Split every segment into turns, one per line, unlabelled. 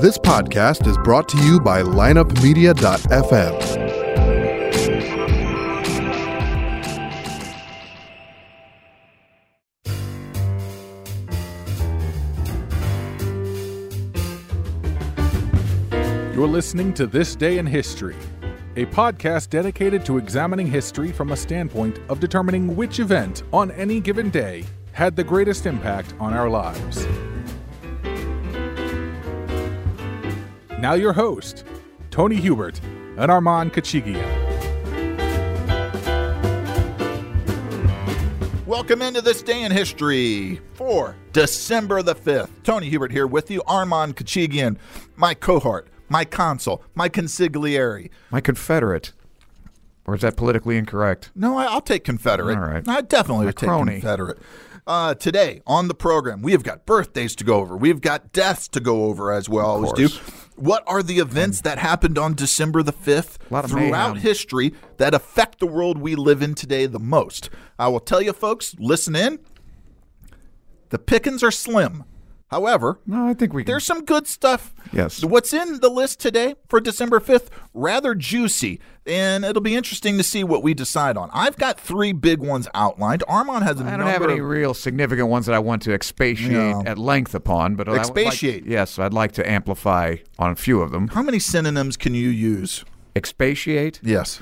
This podcast is brought to you by lineupmedia.fm.
You're listening to This Day in History, a podcast dedicated to examining history from a standpoint of determining which event on any given day had the greatest impact on our lives. Now, your host, Tony Hubert and Armand Kachigian.
Welcome into this day in history for December the 5th. Tony Hubert here with you, Armand Kachigian, my cohort, my consul, my consigliere.
My Confederate. Or is that politically incorrect?
No, I, I'll take Confederate.
All right.
I definitely would take
crony.
Confederate. Uh, today on the program, we have got birthdays to go over. We've got deaths to go over as we always do.
course.
What are the events that happened on December the 5th
Lot of
throughout
mayhem.
history that affect the world we live in today the most? I will tell you, folks, listen in. The pickings are slim. However,
No, I think we can.
there's some good stuff.
Yes.
What's in the list today for December 5th? Rather juicy. And it'll be interesting to see what we decide on. I've got three big ones outlined. Armand has a
I
number
don't have any
of-
real significant ones that I want to expatiate
No.
at length upon, but I would like-
Expatiate.
yes, I'd like to amplify on a few of them.
How many synonyms can you use?
Expatiate,
Yes.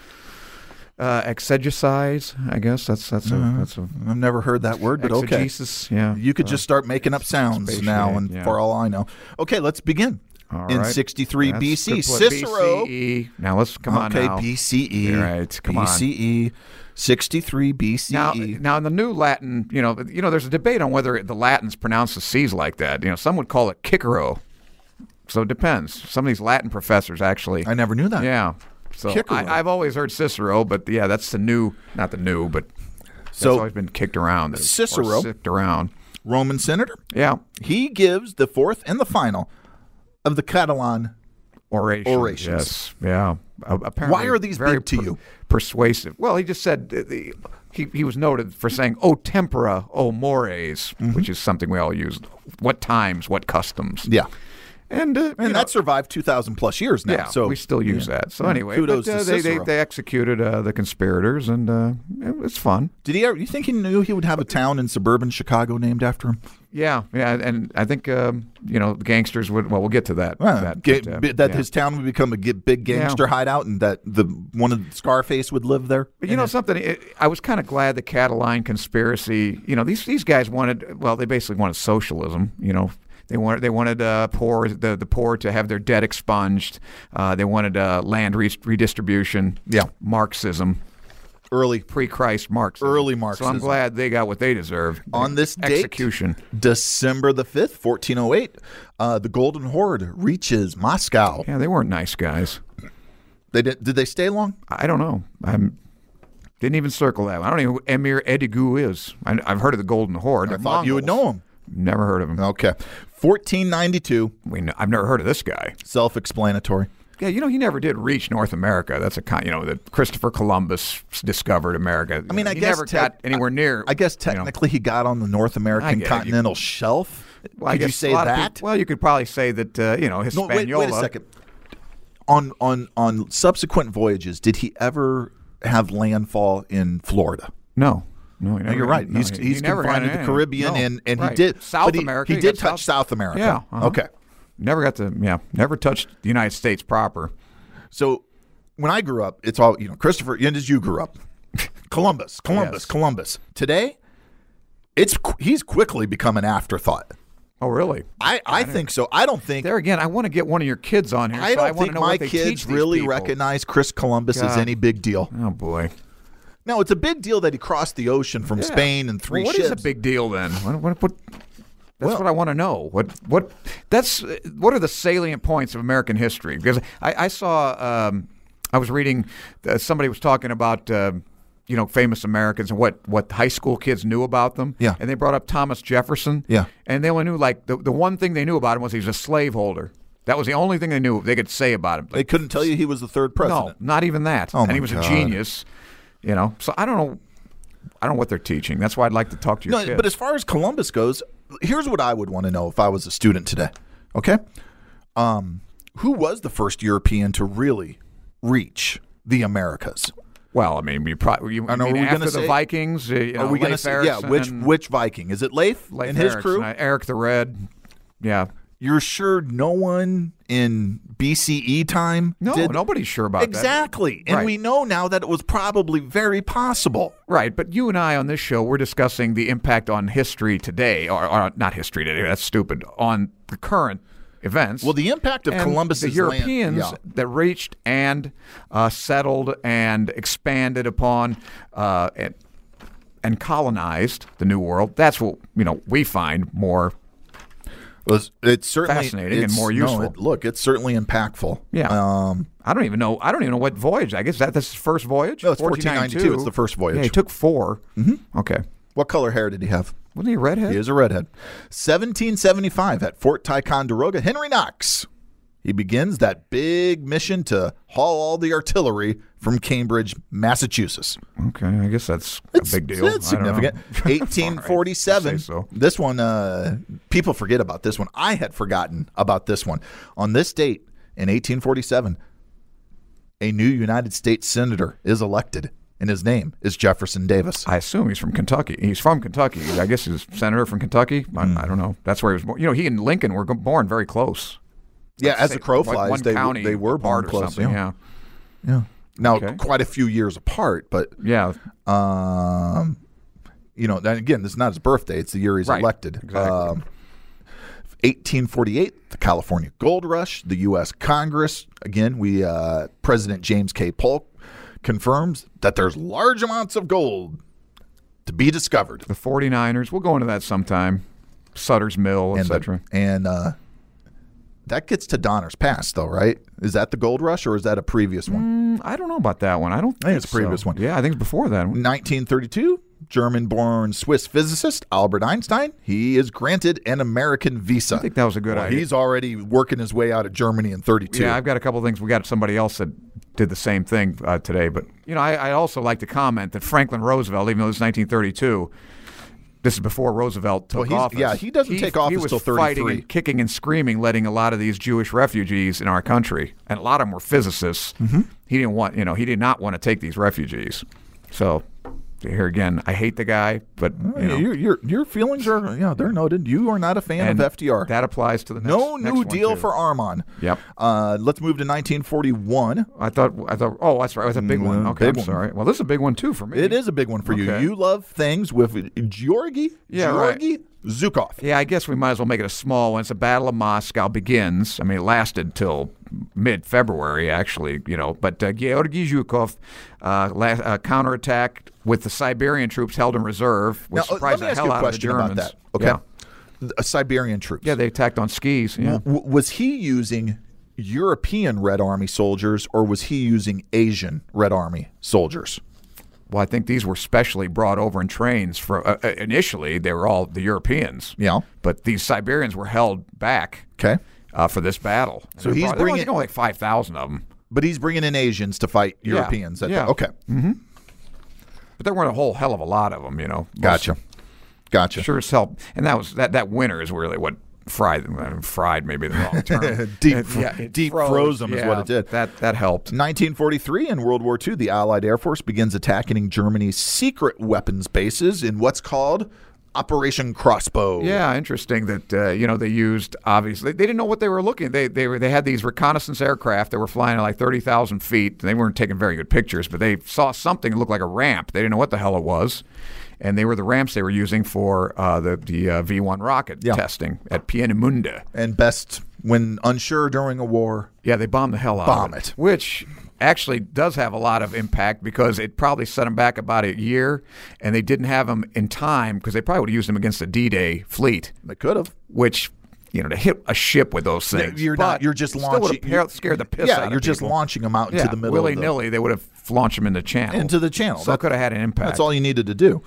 uh, exegesize. I guess that's that's a that's a
I've never heard that word, Mm-hmm. but okay.
exegesis. Yeah,
You could just start making up sounds
spatiate,
now, and
yeah.
for all I know. Okay, let's begin.
All
in
right.
63
That's
BC,
good point.
Cicero.
BCE. Now let's come on
okay, E.
now.
BCE.
All right, come on.
BCE, 63 BCE.
Now, now in the new Latin, you know, you know, there's a debate on whether the Latins pronounce the C's like that. You know, some would call it Cicero. So it depends. Some of these Latin professors actually.
I never knew that.
yeah. So
Cicero.
I, I've always heard Cicero, but yeah, that's the new, not the new, but that's
So-
always been kicked around. or
Cicero.
sipped around.
Roman senator.
Yeah.
He gives the fourth and the final of the Catalan.
Orations.
Orations.
Yes. Yeah. A- Apparently,
Why are these
very
big to you?
Persuasive. Well, he just said the, the, he he was noted for saying "O tempora, o mores,"
Mm-hmm.
which is something we all use. What times? What customs?
Yeah.
And uh,
And
you know,
that survived 2,000 plus years now.
yeah.
so Mm-hmm.
we still use that. So anyway,
Kudos
but, uh,
to
they, they
Cicero.
they executed uh, the conspirators, and uh, it was fun.
Did he ever, you think he knew he would have a town in suburban Chicago named after him?
Yeah, yeah, and I think um, you know the gangsters would. Well, we'll get to that.
Well,
that,
get-
but, uh,
bi- that
yeah.
his town would become a g- big gangster hideout and that the one of Scarface would live there?
But you know something, it, I was kind of glad the Catalan conspiracy. You know, these these guys wanted. Well, they basically wanted socialism. You know, they wanted they wanted uh, poor the the poor to have their debt expunged. Uh, they wanted uh, land re- redistribution.
Yeah.
Marxism,
Early.
pre-Christ Marxism,
Early
So
Marxism.
I'm glad they got what they deserved
On this date,
execution.
December the 5th, 1408, uh, the Golden Horde reaches Moscow.
Yeah, they weren't nice guys.
They did, did they stay long?
I don't know. I'm didn't even circle that. one. I don't even know who Emir Edigu is. I, I've heard of the Golden Horde.
I thought you would know him.
Never heard of him.
Okay. 1492,
We know, I've never heard of this guy.
self explanatory.
Yeah, you know, he never did reach North America. That's a con- you know that Christopher Columbus discovered America.
I mean, I
he
guess
never
tec-
got anywhere near.
I guess
you know.
technically he got on the North
I
American
get it.
continental shelf.
Well, I
Could you
guess a
say
lot of
that?
peop- well, you could probably say that uh, you know
no,
Hispaniola.
wait, wait a second. On on on subsequent voyages, did he ever have landfall in Florida?
No, no,
No,
he never
you're
got-
right.
no,
he's
he-
he's
he never got
confined to the
anywhere.
Caribbean,
No,
and and
right.
he did
South
but he,
America.
He did
got
touch South, America.
Yeah. uh-huh.
Okay.
Never got to. Yeah. Never touched the United States proper.
So when I grew up, it's all you know. Christopher, and as you grew up, Columbus, Columbus,
Yes.
Columbus. Today, it's qu- he's quickly become an afterthought.
Oh, really?
I, I think so. I don't think
There again, I want to get one of your kids on here.
I
so
don't
want
think
to know
my
what they teach
kids
these
really
people.
recognize Chris Columbus as
God.
any big deal.
Oh boy.
Now it's a big deal that he crossed the ocean from Spain in three
well, what is
ships.
a big deal then? What, what, what, that's what I want to know. What what that's uh, what are the salient points of American history? Because I, I saw um, I was reading uh, somebody was talking about. um you know, famous Americans and what, what high school kids knew about them.
Yeah.
And they brought up Thomas Jefferson.
Yeah.
And they only knew, like, the, the one thing they knew about him was he was a slaveholder. That was the only thing they knew they could say about him.
They couldn't tell you he was the third president. Oh,
No, not even that. and
my
he was
God.
a genius, you know. So I don't know. I don't know what they're teaching. That's why I'd like to talk to your
No,
kids.
but as far as Columbus goes, here's what I would want to know if I was a student today. Okay, Um, who was the first European to really reach the Americas?
Well, I mean, you probably you,
I
I
know,
mean,
are we
after
gonna
the
say-
Vikings. uh, You know,
Are we going to
Leif
say yeah?
Erikson
Which
and-
which Viking is it? Leif,
Leif
and his
Erikson,
crew.
uh, Eric the Red. Yeah.
You're sure no one in BCE time?
No,
did-
nobody's sure about that.
exactly, and
Right.
we know now that it was probably very possible.
Right, but you and I on this show we're discussing the impact on history today, or, or not history today. That's stupid. On the current events.
Well, the impact of
and
Columbus's
the Europeans
land, yeah.
that reached and uh, settled and expanded upon uh, and, and colonized the New World. That's what you know. We find more.
Well, it's- it's certainly
Fascinating and
it's-
more
no,
useful.
it- look, it's certainly impactful.
Yeah.
Um,
I don't even know. I don't even know what voyage. I guess that that's his first voyage.
No, it's 1492. It's the first voyage.
Yeah, he took 4 Mm-hmm. Okay.
what color hair did he have?
Wasn't he a redhead?
He is a redhead. 1775 at Fort Ticonderoga, Henry Knox. He begins that big mission to haul all the artillery from Cambridge, Massachusetts.
Okay, I guess that's a big deal.
That's
I don't know.
significant.
All
1847.
right, say so.
This one, uh, people forget about this one. I had forgotten about this one. On this date in 1847, a new United States senator is elected, and his name is Jefferson Davis.
I assume he's from Kentucky. He's from Kentucky. I guess he's a senator from Kentucky. I,
Hmm.
I don't know. That's where he was born. You know, he and Lincoln were go- born very close.
yeah, as
Say-
the crow
like
flies,
one
they,
county
they were born
apart or
close.
something. Yeah.
Yeah. Now,
Okay.
quite a few years apart, but
Yeah.
um, you know, then again, it's not his birthday; it's the year he's
Right.
elected.
Exactly.
Um, 1848, the California Gold Rush, the U.S. Congress. Again, we uh, President James K. Polk confirms that there's large amounts of gold to be discovered.
The 49ers. We'll go into that sometime. Sutter's Mill,
And,
etc.
and uh, that gets to Donner's Pass, though, right? Is that the Gold Rush, or is that a previous one?
Mm, I don't know about that one. I don't think,
think it's
so.
previous one.
Yeah, I think it's before that one.
1932, German born Swiss physicist Albert Einstein, he is granted an American visa. I
think that was a good idea.
He's already working his way out of Germany in 32.
Yeah, I've got a couple of things. We got somebody else that did the same thing uh, today. But you know, I, I also like to comment that Franklin Roosevelt, even though this is 1932, this is before Roosevelt took
Well, he's-
office.
yeah, he doesn't take office
He was
till
fighting
33.
and kicking and screaming, letting a lot of these Jewish refugees in our country, and a lot of them were physicists.
Mm-hmm.
He didn't want, you know, he did not want to take these refugees. So here again, I hate the guy, but you know,
your, your, your feelings are, yeah, they're noted. You are not a fan
and
of FDR.
That applies to the next,
no
next
New
one,
Deal
too.
for Armon.
Yep.
Uh, let's move to 1941.
I thought I thought oh that's right that's a big one
Mm,
okay
big
I'm
one.
sorry well this is a big one too for me
It is a big one for you.
Okay.
You love things with Georgy,
Yeah, right.
Georgy Zukov.
Yeah, I guess we might as well make it a small one. It's the Battle of Moscow begins. I mean, it lasted till mid February, actually, you know. But uh, Georgy Zhukov uh, la- uh, counterattacked with the Siberian troops held in reserve,
Now,
which
uh, let
surprised
me
the
ask
hell
you a
out of the
question
Germans.
about that. Okay.
Yeah.
A Siberian troops.
Yeah, they attacked on skis. Yeah.
W- was he using European Red Army soldiers or was he using Asian Red Army soldiers?
Well, I think these were specially brought over in trains. For uh, uh, initially, they were all the Europeans.
Yeah.
But these Siberians were held back.
Okay.
Uh, for this battle,
So
They
he's
brought- there was
bringing-
only like five thousand of them.
But he's bringing in Asians to fight
Yeah.
Europeans. at the-
Yeah.
Okay.
But there weren't a whole hell of a lot of them, you know. Most-
Gotcha. Gotcha.
sure as hell. And that was that that winter is really what fried uh, fried maybe the wrong term.
Deep
It-
fr-
it
deep froze 'em is
yeah,
what it did.
That that helped.
1943 in World War II, the Allied Air Force begins attacking Germany's secret weapons bases in what's called Operation Crossbow.
Yeah, interesting that uh, you know they used obviously they didn't know what they were looking. They they were they had these reconnaissance aircraft that were flying at like thirty thousand feet. They weren't taking very good pictures, but they saw something that looked like a ramp. They didn't know what the hell it was, and they were the ramps they were using for uh, the the uh, V one rocket
Yeah.
testing at Pienemünde.
And best when unsure during a war.
Yeah, they bombed the hell out
Bomb
of
it.
Which actually does have a lot of impact because it probably set them back about a year, and they didn't have them in time because they probably would have used them against the D-Day fleet,
They could have.
which you know to hit a ship with those things.
You're
but
not. You're just
still
launching.
Would have par- scared the piss
yeah,
out of
you're just
people.
launching them out into
Yeah,
the middle.
willy
of the,
nilly. They would have launched them in the channel.
into the channel.
So it could have had an impact.
That's all you needed to do.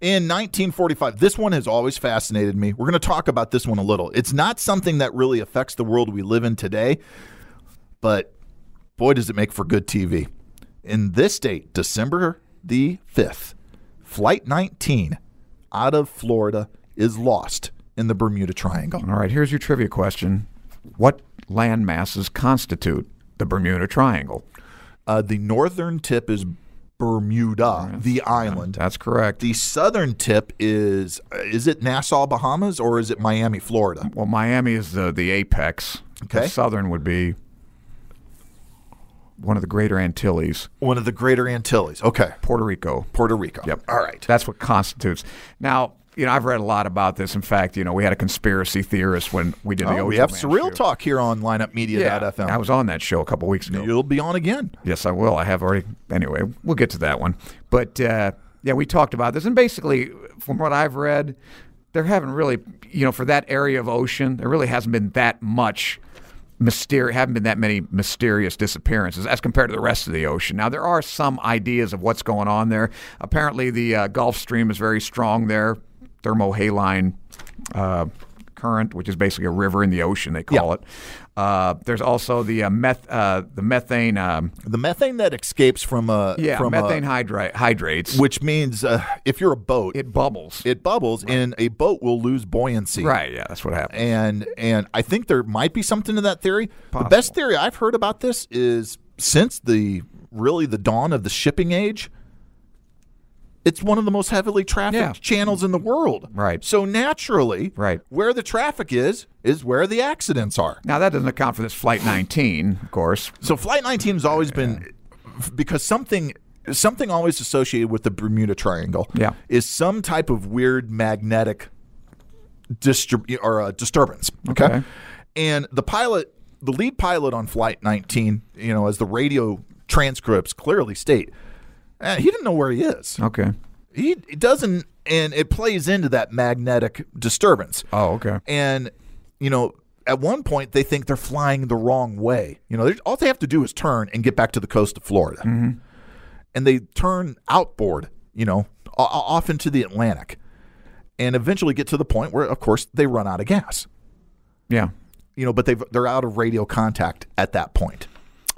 In 1945, this one has always fascinated me. We're going to talk about this one a little. It's not something that really affects the world we live in today, but boy, does it make for good TV. In this date, December the 5th, Flight 19 out of Florida is lost in the Bermuda Triangle.
All right. Here's your trivia question. what land masses constitute the Bermuda Triangle.
Uh, the northern tip is Bermuda, the island.
That's correct.
The southern tip is is it Nassau, Bahamas, or is it Miami, Florida?
well, Miami is the, the apex.
Okay.
The southern would be one of the greater Antilles,
One of the Greater Antilles. Okay,
Puerto Rico.
Puerto Rico. Yep. All right.
That's what constitutes. Now, you know, I've read a lot about this. In fact, you know, we had a conspiracy theorist when we did the
Oh,
Ocho
we have
Man
surreal
show.
talk here on lineupmedia.fm.
I was on that show a couple weeks ago.
You'll be on again.
Yes, I will. I have already. Anyway, we'll get to that one. But uh, yeah, we talked about this, and basically, from what I've read, there haven't really, you know, for that area of ocean, there really hasn't been that much mystery. Haven't been that many mysterious disappearances as compared to the rest of the ocean. Now, there are some ideas of what's going on there. Apparently, the uh, Gulf Stream is very strong there. Thermohaline. Uh, current, which is basically a river in the ocean, they call it. Uh, there's also the uh, meth, uh, the methane um,
The methane that escapes from a
yeah,
from uh, a-
methane hydri- hydrates.
which means uh, if you're a boat, it,
it bubbles.
bubbles, and a boat will lose buoyancy.
right. Yeah, that's what happens.
And and I think there might be something to that theory. The best theory I've heard about this is since the really the dawn of the shipping age. It's one of the most heavily trafficked
Yeah.
channels in the world.
Right.
So naturally,
Right.
where the traffic is is where the accidents are.
Now that doesn't account for this flight 19, of course.
So Flight 19 has always been because something something always associated with the Bermuda Triangle
Yeah.
is some type of weird magnetic distrib- or uh, disturbance. Okay?
Okay.
and the pilot, the lead pilot on Flight 19, you know, as the radio transcripts clearly state, eh, he didn't know where he is.
Okay.
He it doesn't, and it plays into that magnetic disturbance.
Oh, okay.
And, you know, at one point they think they're flying the wrong way. You know, they- all they have to do is turn and get back to the coast of Florida.
Mm-hmm.
And they turn outboard, you know, o- o- off into the Atlantic and eventually get to the point where, of course, they run out of gas.
Yeah.
You know, but they've, they're out of radio contact at that point.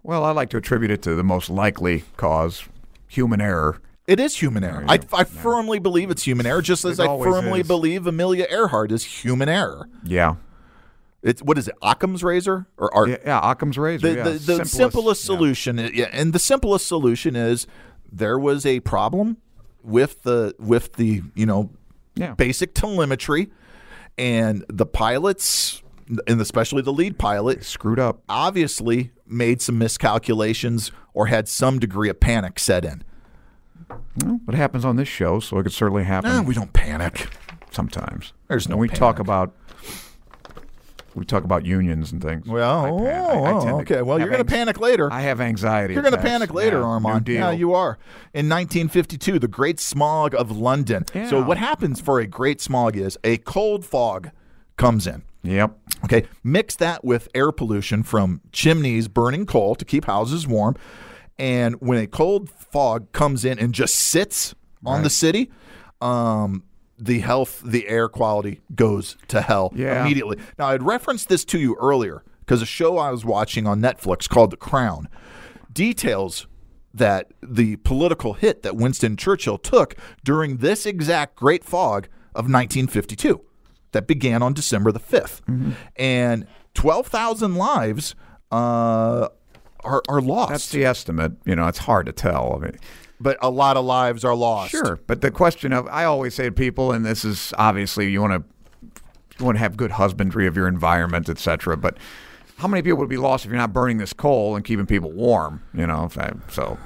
Well, I like to attribute it to the most likely cause, human error.
It is human error. I, I firmly believe it's human error, just as
It
I
always
firmly
is.
believe Amelia Earhart is human error.
Yeah.
It's what is it, Occam's razor or Art?
Yeah. yeah Occam's razor.
the,
yeah,
the, the simplest, solution i- yeah, and the simplest solution is there was a problem with the with the you know
Yeah.
basic telemetry and the pilots and especially the lead pilot
Screwed up.
obviously made some miscalculations or had some degree of panic set in
Well, it happens on this show, so it could certainly happen
Eh, we don't panic
sometimes.
There's no
When we talk
panic.
about. We talk about unions and things.
well
I pan- I- I
oh,
tend to
okay well you're
have
going to
anx-
panic later
I have anxiety.
You're going to
attacks.
panic later,
yeah,
Armand.
New deal.
Yeah, you are. In 1952, the Great Smog of London. So
Yeah.
what happens for a Great Smog is a cold fog comes in.
Yep.
Okay, mix that with air pollution from chimneys burning coal to keep houses warm, and when a cold fog comes in and just sits on the city, um, the health, the air quality goes to hell
Yeah.
immediately. Now I'd referenced this to you earlier because a show I was watching on Netflix called The Crown details that the political hit that Winston Churchill took during this exact Great Fog of 1952 that began on December the 5th.
Mm-hmm.
And 12,000 lives uh, are, are lost.
That's the estimate. You know, it's hard to tell. I mean,
but a lot of lives are lost.
sure, but the question of I always say to people, and this is obviously you want to you want to have good husbandry of your environment, etc. But how many people would be lost if you're not burning this coal and keeping people warm? You know, if I- so.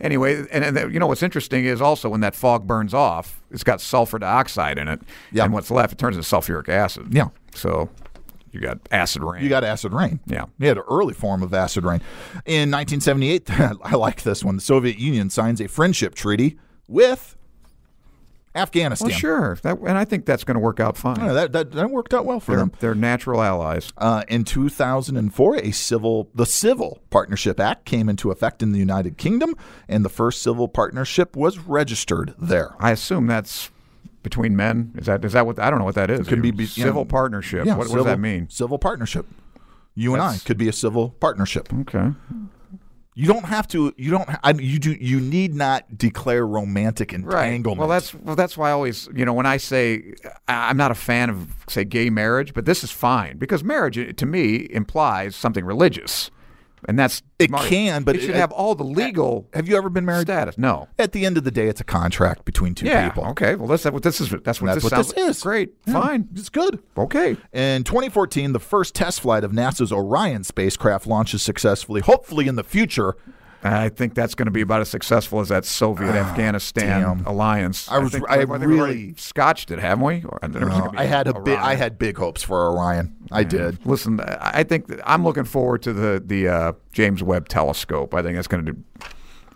Anyway, and, and you know what's interesting is also when that fog burns off, it's got sulfur dioxide in it,
Yeah.
and what's left it turns into sulfuric acid.
Yeah.
So you got acid rain.
You got acid rain.
Yeah.
You had an early form of acid rain. In 1978, I like this one. The Soviet Union signs a friendship treaty with Afghanistan.
well, sure, that, and I think that's going to work out fine.
Yeah, that, that, that worked out well for
they're,
them.
they're natural allies.
Oh, Uh, in 2004, a civil the Civil Partnership Act came into effect in the United Kingdom, and the first civil partnership was registered there.
I assume that's between men. Is that is that what I don't know what that is? It
could be be-
civil
yeah.
partnership. what, what
civil-
does that mean?
Civil partnership. You and I
That's-
could be a civil partnership.
Okay.
You don't have to. You don't. ha- I mean, you do. You need not declare romantic
Right.
entanglement.
Well, that's well, that's why I always, you know, when I say I- I'm not a fan of say gay marriage, but this is fine because marriage eh, to me implies something religious, and that's
It
smart.
can, but
it should
it- uh,
have all the legal
Have you ever been married?
status. No.
At the end of the day, it's a contract between two
Yeah.
people.
Okay. Well, that's what this is. That's what
That's
this
what
sounds
this is.
Great.
Yeah,
Fine.
It's good.
Okay.
In 2014, the first test flight of NASA's Orion spacecraft launches successfully. Hopefully, in the future,
I think that's going to be about as successful as that Soviet Afghanistan
Ah, damn.
alliance.
I was-
think
I
we've- think we've already
really-
scotched it, haven't we? Or, there was
No,
gonna be
I had a
a
big, I
riot.
had big hopes for Orion. I did.
Listen, I I think that I'm looking forward to the the uh, James Webb Telescope. I think that's going to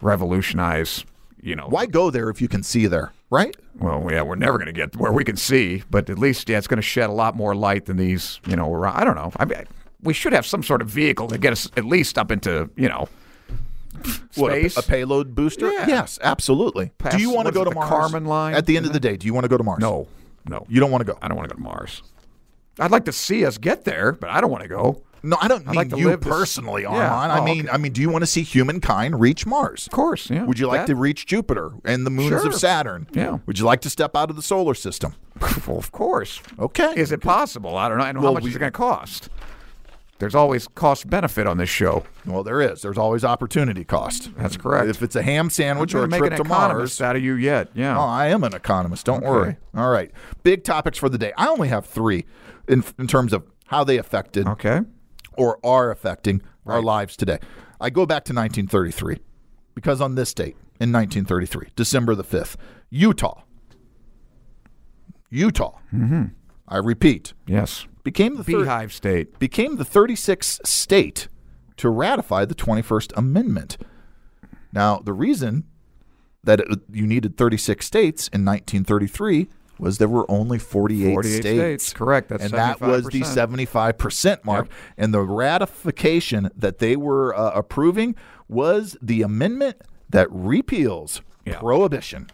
revolutionize. You know,
Why go there if you can see there, right?
well, yeah, we're never going to get where we can see, but at least yeah, it's going to shed a lot more light than these. You know, Ori- I don't know. I mean, I- we should have some sort of vehicle to get us at least up into you know
What, a-
space.
a, payload booster?
Yeah.
Yes, absolutely.
Pass-
do you want to
what
go
is
to
it, the
Mars?
Kármán line?
At the end of the day, do you want to go to Mars?
no, no,
you don't want to go.
I don't want to go to Mars. I'd like to see us get there, but I don't want to go.
No, I don't mean
like to
you
live this-
personally,
Yeah.
Armand. I
Oh,
mean, I mean, do you want to see humankind reach Mars?
Of course, yeah.
Would you like to
That-
reach Jupiter and the moons
Sure.
of Saturn?
Yeah.
Would you like to step out of the solar system?
well, of course.
Okay.
Is it possible? I don't know. I don't know
Well,
how much
we-
is it going to cost. There's always cost benefit on this show.
Well, there is. There's always opportunity cost.
That's correct.
If it's a ham sandwich or a
We're
trip
an
to
economist
Mars.
out of you yet? Yeah.
Oh, I am an economist. Don't worry. All right. Big topics for the day. I only have three in, in terms of how they affected
okay.
or are affecting our lives today. I go back to 1933 because on this date in 1933, December the 5th, Utah, Utah, I repeat,
Yes.
became the third,
Beehive state.
became the 36th state to ratify the 21st Amendment. Now, the reason that it, you needed 36 states in 1933 was there were only 48,
48
states.
states, correct, that's
and that was the 75% mark. And the ratification that they were uh, approving was the amendment that repeals
Yeah.
prohibition.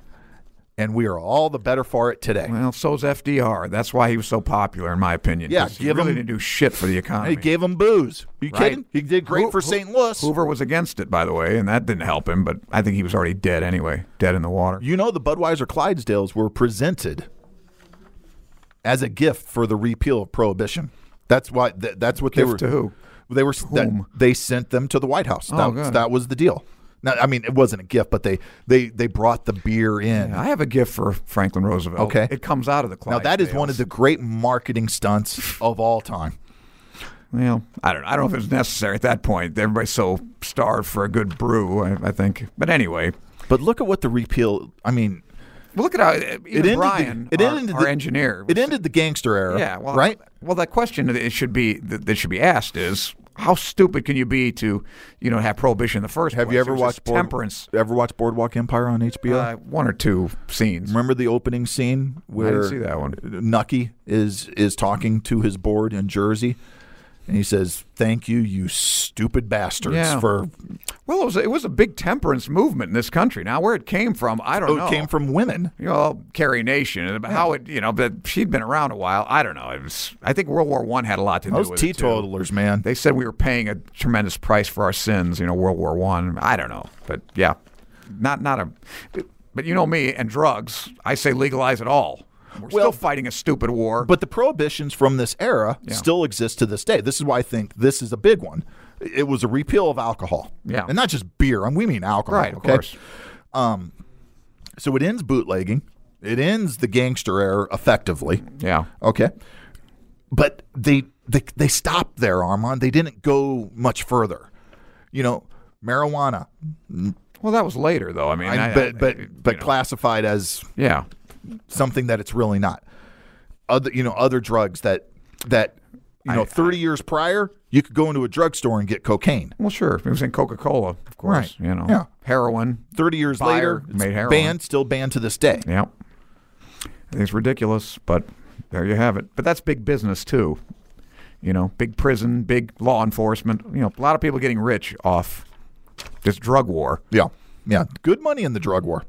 And we are all the better for it today.
Well, so's FDR. That's why he was so popular, in my opinion.
Yeah,
'cause he
give
really
him-
didn't do shit for the economy.
He gave them booze. you
Right.
kidding? He did great
Who-
for
who-
St. Louis.
Hoover was against it, by the way, and that didn't help him. But I think he was already dead anyway, dead in the water.
You know, the Budweiser Clydesdales were presented as a gift for the repeal of prohibition. That's why. th- that's what
Gift
they
to
were.
who?
They were. that-
Whom?
they sent them to the White House.
Oh,
that,
good.
that was the deal. Now, I mean, it wasn't a gift, but they they they brought the beer in.
I have a gift for Franklin Roosevelt.
Okay.
It comes out of the
now
cloud.
that is one of the great marketing stunts of all time.
Well, I don't. I don't know if it's necessary at that point. Everybody's so starved for a good brew. I, I think. But anyway,
But look at what the repeal. I mean,
well, look at how even
it ended.
Brian,
the, it
our,
ended
our
the,
engineer.
It ended the gangster era.
Yeah. Well,
right.
Well, that question that it should be that, that should be asked is how stupid can you be to, you know, have prohibition in the first
Have
place?
you
It
ever
was just
watched Board-
temperance?
Ever watched Boardwalk Empire on HBO?
Uh, one or two scenes.
Remember the opening scene where
see that one.
Nucky is is talking to his board in Jersey, and he says, "Thank you, you stupid bastards
Yeah.
for
Well, it was it was a big temperance movement in this country. Now, where it came from, I don't
oh,
know.
it came from women."
you know, Carrie Nation and about how it, you know, but she'd been around a while. I don't know. It was, I think World War One had a lot to
Those
do with it. too.
teetotalers, man.
They said we were paying a tremendous price for our sins. You know, World War One. I. don't know, but yeah, not not a. But you know me and drugs. I say legalize it all. We're
Well-
still fighting a stupid war.
But the prohibitions from this era
Yeah.
still exist to this day. This is why I think this is a big one. It was a repeal of alcohol,
Yeah.
and not just beer. I mean, we mean alcohol,
right, of
okay?
course.
So it ends bootlegging. It ends the gangster era effectively.
Yeah.
Okay. But they they they stopped there, Armand. They didn't go much further. You know, marijuana,
Well, that was later though. I mean,
I-
I- I-
but but
you
but
know.
classified as
yeah.
something that it's really not. Other you know other drugs that that you know thirty years prior you could go into a drugstore and get cocaine.
Well, sure. It was in Coca Cola, of course.
Right.
You know,
Yeah.
heroin.
Thirty years
Buyer
later, it's
made heroin.
banned, still banned to this day.
Yeah. I think it's ridiculous, but there you have it. But that's big business too. You know, big prison, big law enforcement. You know, a lot of people getting rich off this drug war.
Yeah, yeah, good money in the drug war.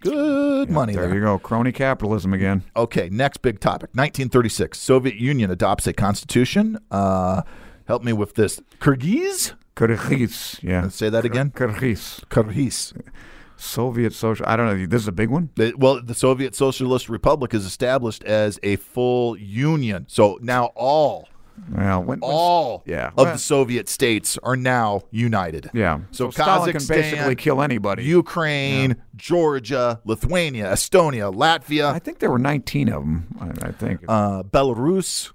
Good money
There
there.
you go, crony capitalism again.
Okay, next big topic. 1936, Soviet Union adopts a constitution. Uh, help me with this. Kyrgyz
Kyrgyz. Yeah.
Say that again.
Kyrgyz.
Kyrgyz.
Soviet social. I don't know. This is a big one.
It- Well, the Soviet Socialist Republic is established as a full union. So now all
Well, when, when-
all
Yeah.
of
Well-
the Soviet states are now united.
yeah.
So,
Stalin
Kazakhstan,
can basically kill anybody.
Ukraine, Georgia, Lithuania, Estonia,
I
Latvia,
think there were 19 of them. I, I think
uh, Belarus.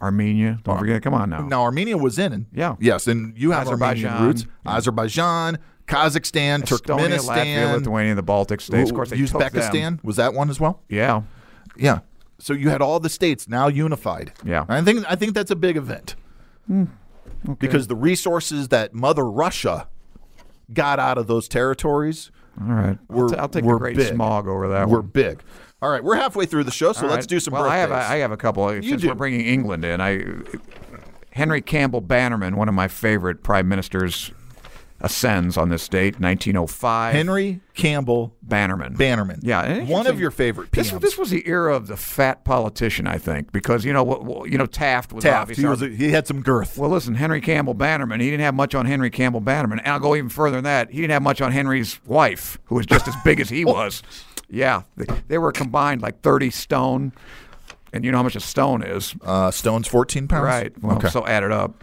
Armenia. Don't forget. Come on now.
Now Armenia was in.
Yeah.
Yes, and you have Armenian
Azerbaijan.
roots. Azerbaijan, Kazakhstan,
Estonia, Latvia,
Turkmenistan,
Lithuania, the Baltic states. Of course, they took them.
Uzbekistan. Was that one as well?
Yeah.
Yeah. So you had all the states now unified.
Yeah. Hmm.
I think I think that's a big event. Because the resources that Mother Russia got out of those territories
All right. I'll
We're-
t- I'll take
we're
the great
big.
smog over that
were
one.
big. All right, we're halfway through the show, so
Oh. All
let's
right.
do some
well,
birthdays.
I have a, I have a couple. Since
do.
we're bringing England in, I Henry Campbell Bannerman, one of my favorite prime ministers, ascends on this date, 1905.
Henry Campbell
Bannerman.
Bannerman.
Yeah, and
one of
interesting-
your favorite
This,
PMs.
this was the era of the fat politician, I think, because you know what? what- You know Taft was
Taft.
obviously
He
our-
was a, he had some girth.
Well, listen, Henry Campbell Bannerman, he didn't have much on Henry Campbell Bannerman. And I'll go even further than that. He didn't have much on Henry's wife, who was just as big as he was. Yeah, they, they were combined like 30 stone. And you know how much a stone is.
Uh, Stone's fourteen pounds.
Right. Well,
okay.
so added up.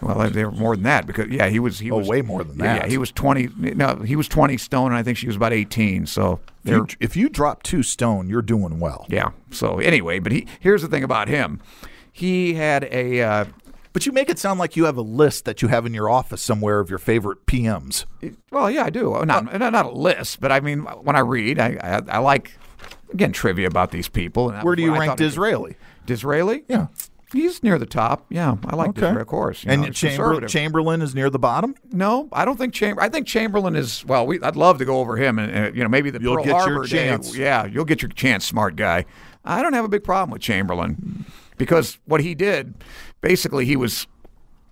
Well, they were more than that because yeah, he was he
Oh,
was
way more than
yeah,
that.
Yeah, he was twenty. No, he was twenty stone, and I think she was about eighteen. So
If
they're
you, if you drop two stone, you're doing well.
yeah. So anyway, but he here's the thing about him. He had a uh,
But you make it sound like you have a list that you have in your office somewhere of your favorite PMs.
Well, yeah, I do. Uh, Not not not a list, but I mean, when I read, I I, I like again trivia about these people. And that
Where
was
do you
what I
rank
thought it-
Disraeli?
Disraeli?
Yeah.
he's near the top. Yeah, I like Disraeli, of course. you know,
and
he's
Chamber-
conservative.
Chamberlain is near the bottom.
No, I don't think Chamber. I think Chamberlain is. Well, we, I'd love to go over him, and, and you know maybe the
You'll
Pearl
get your
Harbor day.
chance.
Yeah, you'll get your chance, smart guy. I don't have a big problem with Chamberlain because what he did, basically, he was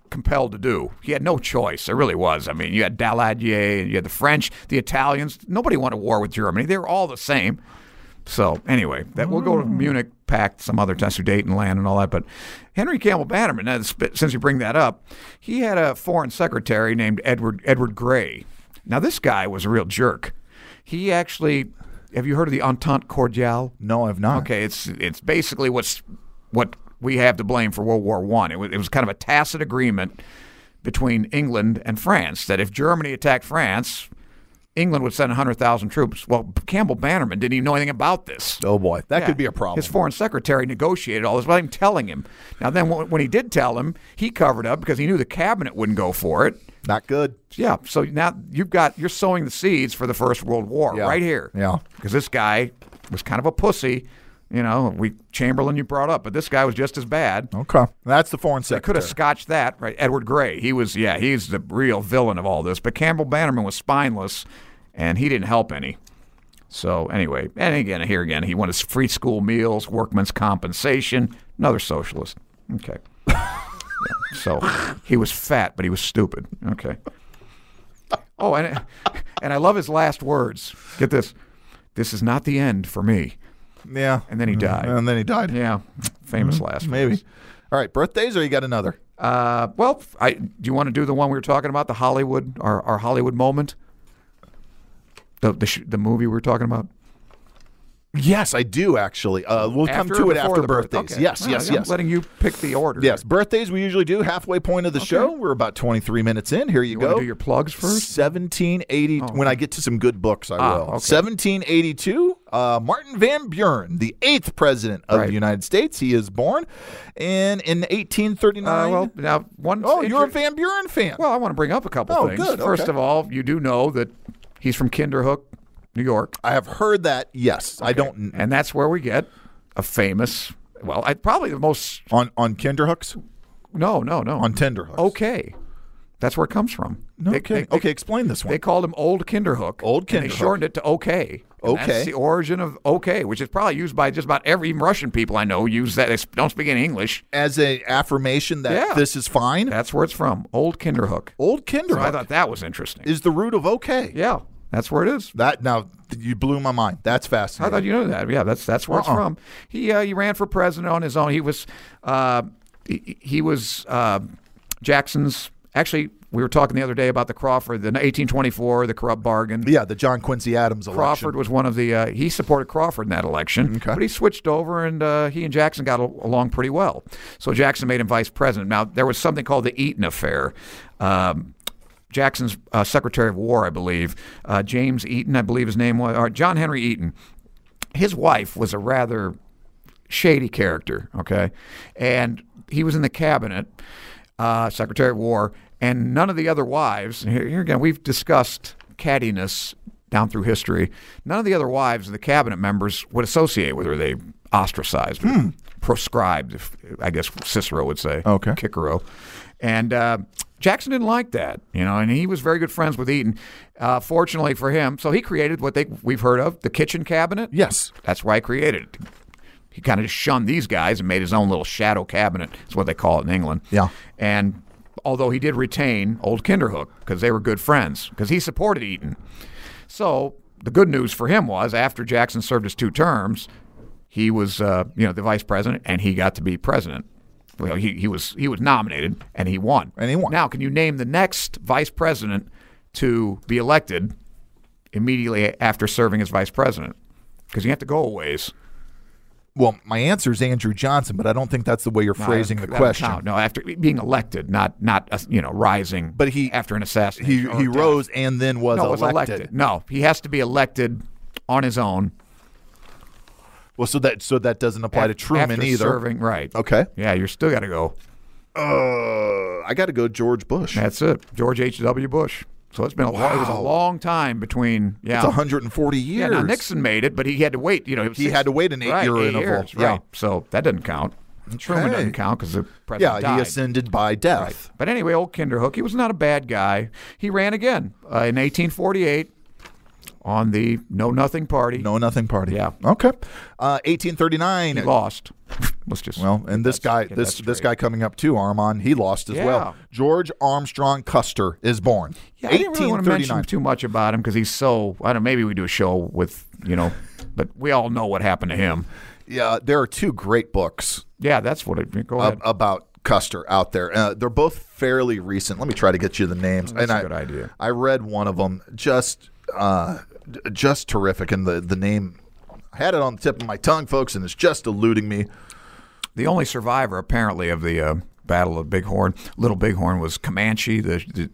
compelled to do. He had no choice. There really was. I mean, you had Daladier, and you had the French, the Italians. Nobody wanted war with Germany. They were all the same. So anyway, that we'll go to Munich Pact some other time, Sudetenland and all that. But Henry Campbell Bannerman, now, sp- since you bring that up, he had a foreign secretary named Edward Edward Gray. Now this guy was a real jerk. He actually, have you heard of the Entente Cordiale?
No, I've not.
Okay, it's it's basically what's what we have to blame for World War One. It was it was kind of a tacit agreement between England and France that if Germany attacked France, England would send hundred thousand troops. Well, Campbell Bannerman didn't even know anything about this.
Oh boy, that
Yeah.
could be a problem.
His foreign secretary negotiated all this without even telling him. Now, then, wh- when he did tell him, he covered up because he knew the cabinet wouldn't go for it.
Not good.
Yeah. So now you've got you're sowing the seeds for the First World War
Yeah.
right here.
Yeah.
Because this guy was kind of a pussy. You know, we Chamberlain you brought up, but this guy was just as bad.
Okay, that's the foreign
They
secretary.
could have scotched that, right? Edward Gray. He was, yeah, he's the real villain of all this. But Campbell Bannerman was spineless, and he didn't help any. So anyway, and again, here again, he wanted free school meals, workmen's compensation, another socialist. Okay. Yeah, so he was fat, but he was stupid. Okay. Oh, and and I love his last words. Get this. This is not the end for me.
yeah,
And then he died.
Mm-hmm. And then he died.
Yeah, famous last
Maybe.
words.
All right, birthdays, or you got another?
Uh, well, I, do you want to do the one we were talking about, the Hollywood, our, our Hollywood moment? The, the, sh- the movie we were talking about?
Yes, I do actually. Uh, we'll
After
come to
or
it
before
after
the birth-
birthdays.
okay.
Yes,
Well,
yes,
I'm
yes.
letting you pick the order.
Yes, birthdays we usually do halfway point of the show. We're about 23 minutes in. Here you,
You
go.
want to do your plugs first? Oh, Ah,
1780. When I get to some good books, I will.
okay.
1782. Uh, Martin Van Buren, the eighth president of
Right.
the United States. He is born, and in 1839.
Uh, well, now, one.
oh, you're a
inter-
Van Buren fan.
Well, I want to bring up a couple
Oh,
things.
good,
First
okay.
of all, you do know that he's from Kinderhook, New York.
I have heard that. Yes, I don't
And that's where we get a famous, well, I, probably the most.
on on Kinderhooks
No, no, no.
on Tenderhooks.
okay. That's where it comes from.
no
They-
kidding.
they-
okay, explain this one.
They called him Old Kinderhook.
Old
and
Kinderhook.
They shortened it to OK. And
Okay.
That's the origin of OK, which is probably used by just about every even Russian people I know use that. They sp- don't speak any English.
As a affirmation that
Yeah.
this is fine.
That's where it's from. Old Kinderhook.
Old
So I
Kinderhook
thought that was interesting.
is the root of okay.
yeah, that's where it is.
That now you blew my mind. That's
I
fascinating.
thought you know that. Yeah, that's that's where it's
Uh-uh.
from. He uh, he ran for president on his own. He was uh, he, he was uh, Jackson's actually we were talking the other day about the Crawford, the 1824, the corrupt bargain.
Yeah, the John Quincy Adams election.
Crawford was one of the uh, he supported Crawford in that election, but he switched over and uh, he and Jackson got al- along pretty well. So Jackson made him vice president. Now there was something called the Eaton affair. Um, Jackson's uh, Secretary of War, I believe, uh, James Eaton, I believe his name was, or John Henry Eaton. His wife was a rather shady character, okay? And he was in the cabinet, uh, Secretary of War, and none of the other wives, and here, here again, we've discussed cattiness down through history. None of the other wives of the cabinet members would associate with her. They ostracized, her, proscribed, if, I guess Cicero would say.
Okay.
Cicero. And uh, Jackson didn't like that, you know, and he was very good friends with Eaton. Uh, fortunately for him, so he created what they we've heard of the kitchen cabinet.
Yes.
That's why I created it. He kind of just shunned these guys and made his own little shadow cabinet. That's what they call it in England.
Yeah.
And although he did retain old Kinderhook because they were good friends, because he supported Eaton. So the good news for him was after Jackson served his two terms, he was uh, you know the vice president and he got to be president. Well, he, he was he was nominated and he won.
And he won.
Now, can you name the next vice president to be elected immediately after serving as vice president? Because you have to go a ways.
Well, my answer is Andrew Johnson, but I don't think that's the way you're
No,
phrasing
that-
the
that would
question.
count. No, after being elected, not not uh, you know rising.
But he-
after
He
an assassination, or
he
death.
rose and then was,
No, was elected. No, he has to be elected on his own.
Well, so that so that doesn't apply
af-
to Truman
after
either.
Serving right.
Okay.
Yeah, you're still got to go.
Uh, I got to go George Bush.
That's it. George H. W. Bush. So it's been a long, it was a
Wow.
long time between yeah.
It's 140 years.
Yeah, now Nixon made it, but he had to wait. You know, it was
He had to wait an eight
right,
year
eight
interval.
Years,
Yeah.
Right. So that doesn't count. Truman doesn't count because the
Yeah,
president died.
he ascended by death.
But anyway, old Kinderhook, he was not a bad guy. He ran again uh, in 1848 on the Know Nothing Party.
No nothing party.
Yeah.
Okay. Uh, 1839.
He lost. Let's just
Well, and this guy,
get
this
that
this guy
straight.
coming up too, Armand, he lost as
Yeah.
well. George Armstrong Custer is born.
Yeah, I didn't really want to
1839.
mention too much about him because he's so. I don't. Maybe we do a show with you know, but we all know what happened to him.
yeah, there are two great books
Yeah, that's what. It, go
ab-
ahead.
about Custer out there. Uh, they're both fairly recent. Let me try to get you the names.
That's
And
a
I-
good idea.
I read one of them, just uh, d- just terrific, and the the name. I had it on the tip of my tongue, folks, and it's just eluding me.
the only survivor apparently of the uh, Battle of Big Horn, Little Bighorn, was Comanche. The, the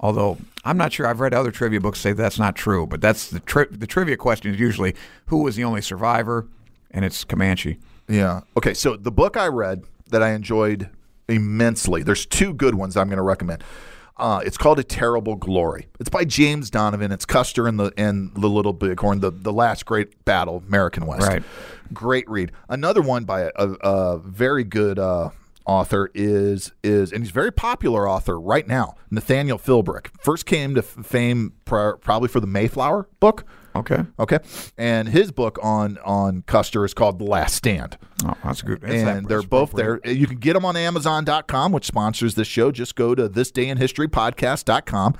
although I'm not sure. I've read other trivia books say that's not true, but that's the tri- the trivia question is usually who was the only survivor, and it's Comanche.
Yeah. Okay. So the book I read that I enjoyed immensely. There's two good ones I'm going to recommend. Uh, it's called A Terrible Glory. It's by James Donovan. It's Custer and the and the Little Bighorn, the the last great battle, American West.
Right.
Great read. Another one by a, a, a very good uh, author is is and he's a very popular author right now. Nathaniel Philbrick first came to f- fame prior, probably for the Mayflower book.
Okay.
Okay, and his book on on Custer is called The Last Stand
Oh, that's good. That's that-
and they're
that's
both
appropriate.
there. You can get them on Amazon.com, which sponsors this show. Just go to this day in history podcast.com,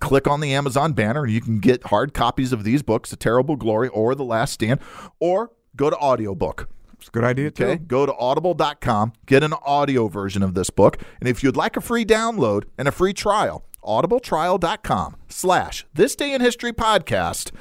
click on the Amazon banner, and you can get hard copies of these books, The Terrible Glory or The Last Stand, or go to audiobook.
It's a good idea too.
Okay. Go to audible.com, get an audio version of this book. And if you'd like a free download and a free trial, audibletrial.com slash this day in history podcast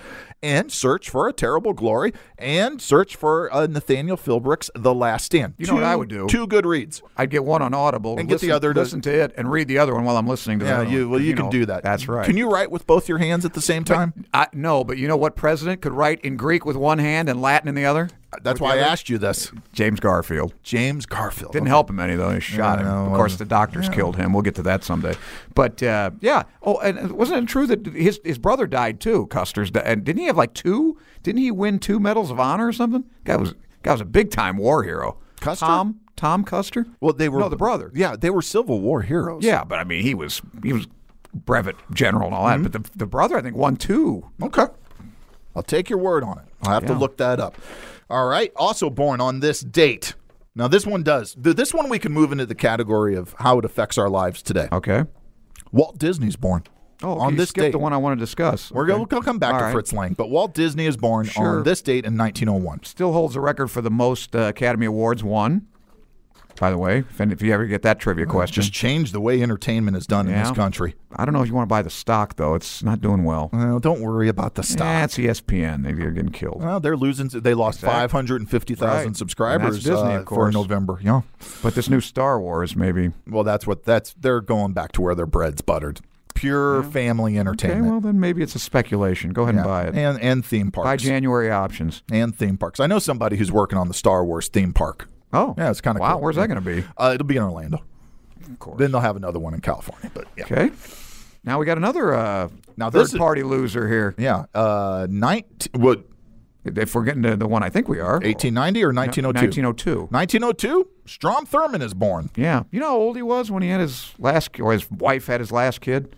and search for a terrible glory and search for uh, Nathaniel Philbrick's The Last Stand.
You know what I would do?
Two good reads.
I'd get one on Audible
And get
listen,
the other to-
listen to it and read the other one while I'm listening to the
Yeah,
other
you
one,
well
'cause,
you, can
Oh, know,
do that.
That's right.
Can you write with both your hands at the same time?
I, no, but you know what president could write in Greek with one hand and Latin in the other?
That's why I asked you this.
James Garfield.
James Garfield.
Didn't help him any though. He shot
Yeah,
him.
no,
of course,
uh,
the doctors killed him. We'll get to that someday. But uh, yeah. Oh, and wasn't it true that his his brother died too? Custer's di- and didn't he have like two? Didn't he win two medals of honor or something? Guy was guy was a big time war hero.
Custer?
Tom Tom Custer.
Well, they were
no the brother.
Yeah, they were Civil War heroes.
Yeah, but I mean he was he was brevet general and all that. But the the brother I think won two.
Mm-hmm. Okay. I'll take your word on it. I'll have to
Yeah.
look that up. All right. Also born on this date. Now, this one does. th- This one we can move into the category of how it affects our lives today.
Okay.
Walt Disney's born
Oh, okay,
on
you
this
skipped
date.
the one I want to discuss.
We're
Okay.
going to come back
All
to
right.
Fritz Lang, but Walt Disney is born
Sure.
on this date in 1901.
Still holds the record for the most uh, Academy Awards won. by the way, if, any- if you ever get that trivia question.
Just change the way entertainment is done in this
Mm. Yeah.
country.
I don't know if you want to buy the stock, though. It's not doing well. E
Well, don't worry about the stock.
That's ESPN. They're getting killed.
Well, they're losing. They lost 550,000
Right. And that's
subscribers
Disney,
uh,
of
for
course.
November. Yeah.
But this new Star Wars, maybe.
Well, that's what that's. They're going back to where their bread's buttered. Pure family
Okay,
entertainment.
well, then maybe it's a speculation. Go ahead
Yeah.
and buy it.
And and theme
buy
parks.
January options.
and theme parks. I know somebody who's working on the Star Wars theme park.
Oh.
Yeah, it's kinda
Wow,
cool.
where's that going to be?
Uh, it'll be in Orlando.
Of course.
Then they'll have another one in California. But yeah.
Okay. Now we got another uh,
Now this is-
third party loser here.
Yeah. Uh, 19, what,
If we're getting to the one I think we are
1890 or 1902?
1902.
1902, Strom Thurmond is born.
Yeah. You know how old he was when he had his last, or his wife had his last kid?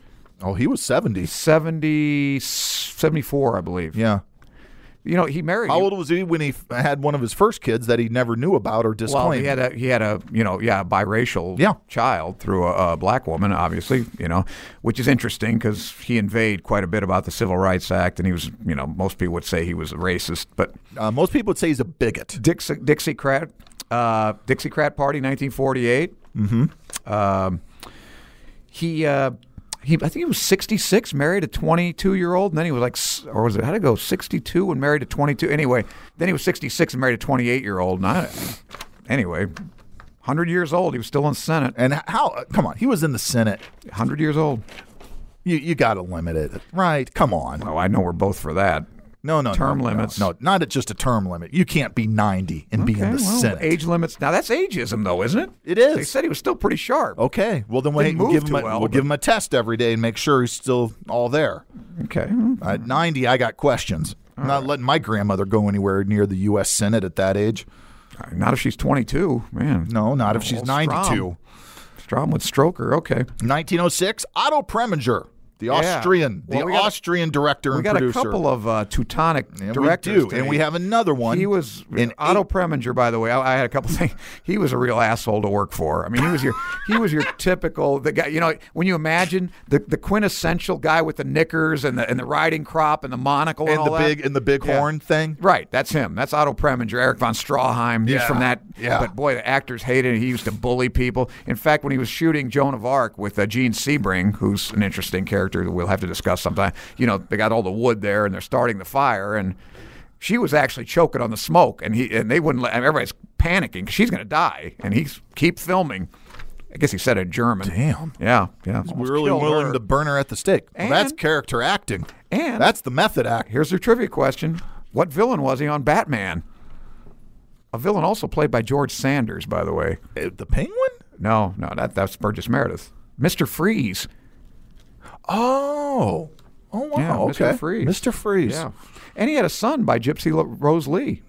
Oh, he was 70.
70, 74, I believe.
Yeah.
You know, he married.
How old was he when he f- had one of his first kids that he never knew about or
Well,
disclaimed?
he had a he had a you know yeah biracial
Yeah.
child through a, a black woman, obviously you know, which is interesting because he inveighed quite a bit about the Civil Rights Act, and he was you know most people would say he was a racist, but
uh, most people would say he's a bigot.
Dixie Dixiecrat uh, Dixiecrat Party, 1948. Mm-hmm. Um, he uh, he, I think he was 66, married a 22 year old, and then he was like, s- or was it how did it go 62 and married a 22? Anyway, then he was 66 and married a 28 year old. And I, anyway, 100 years old, he was still in Senate.
And how? uh, Come on, he was in the Senate.
100 years old.
You you got to limit it, right? Come on.
Oh, I know we're both for that.
No, no,
Term
no, no,
limits.
No, not at just a term limit. You can't be ninety and be in the
Okay, well,
Senate.
Age limits. Now that's ageism, though, isn't it?
It is. Oh.
They said he was still pretty sharp.
Okay. Well, then we'll,
Didn't
we'll
move
give him
too
a,
well,
we'll
but-
give him a test every day and make sure he's still all there.
Okay.
At ninety, I got questions. I'm not letting my grandmother go anywhere near the U.S. Senate at that age.
Not if she's 22, man.
No, not if she's
Oh, Well,
ninety-two.
Strom with Stroker. Okay.
1906, Otto Preminger, the Austrian,
Well,
the
we got a-
Austrian director
We
and
got
producer.
a couple of uh, Teutonic
and
directors.
we do,
today.
and we have another one.
He was
in
Otto
eight-
Preminger, by the way. I, I had a couple things. He was a real asshole to work for. I mean, he was your he was your typical the guy. You know, when you imagine the, the quintessential guy with the knickers and the and the riding crop and the monocle and,
and the
all that.
big and the big
Yeah.
horn thing.
Right, that's him. That's Otto Preminger, Eric von Strawheim. He's
Yeah,
from that.
yeah.
But boy, the actors hated it. He used to bully people. In fact, when he was shooting Joan of Arc with uh, Gene Sebring, who's an interesting character that we'll have to discuss sometime, you know, they got all the wood there and they're starting the fire and. She was actually choking on the smoke, and he and they wouldn't let. and everybody's panicking. 'cause She's going to die, and he's keep filming. I guess he said it in German.
Damn.
Yeah, yeah.
We're really
Almost killed
willing
her.
to burn her at the stake. Well, that's
And-
character acting.
and-
that's the method act.
Here's your trivia question. What villain was he on Batman? A villain also played by George Sanders, by the way.
Uh, The penguin?
No, no, that, that's Burgess Meredith. Mr. Freeze.
Oh. Oh wow.
Yeah,
okay.
Mr. Freeze.
Mr. Freeze.
Yeah. And he had a son by Gypsy Lo- Rose Lee.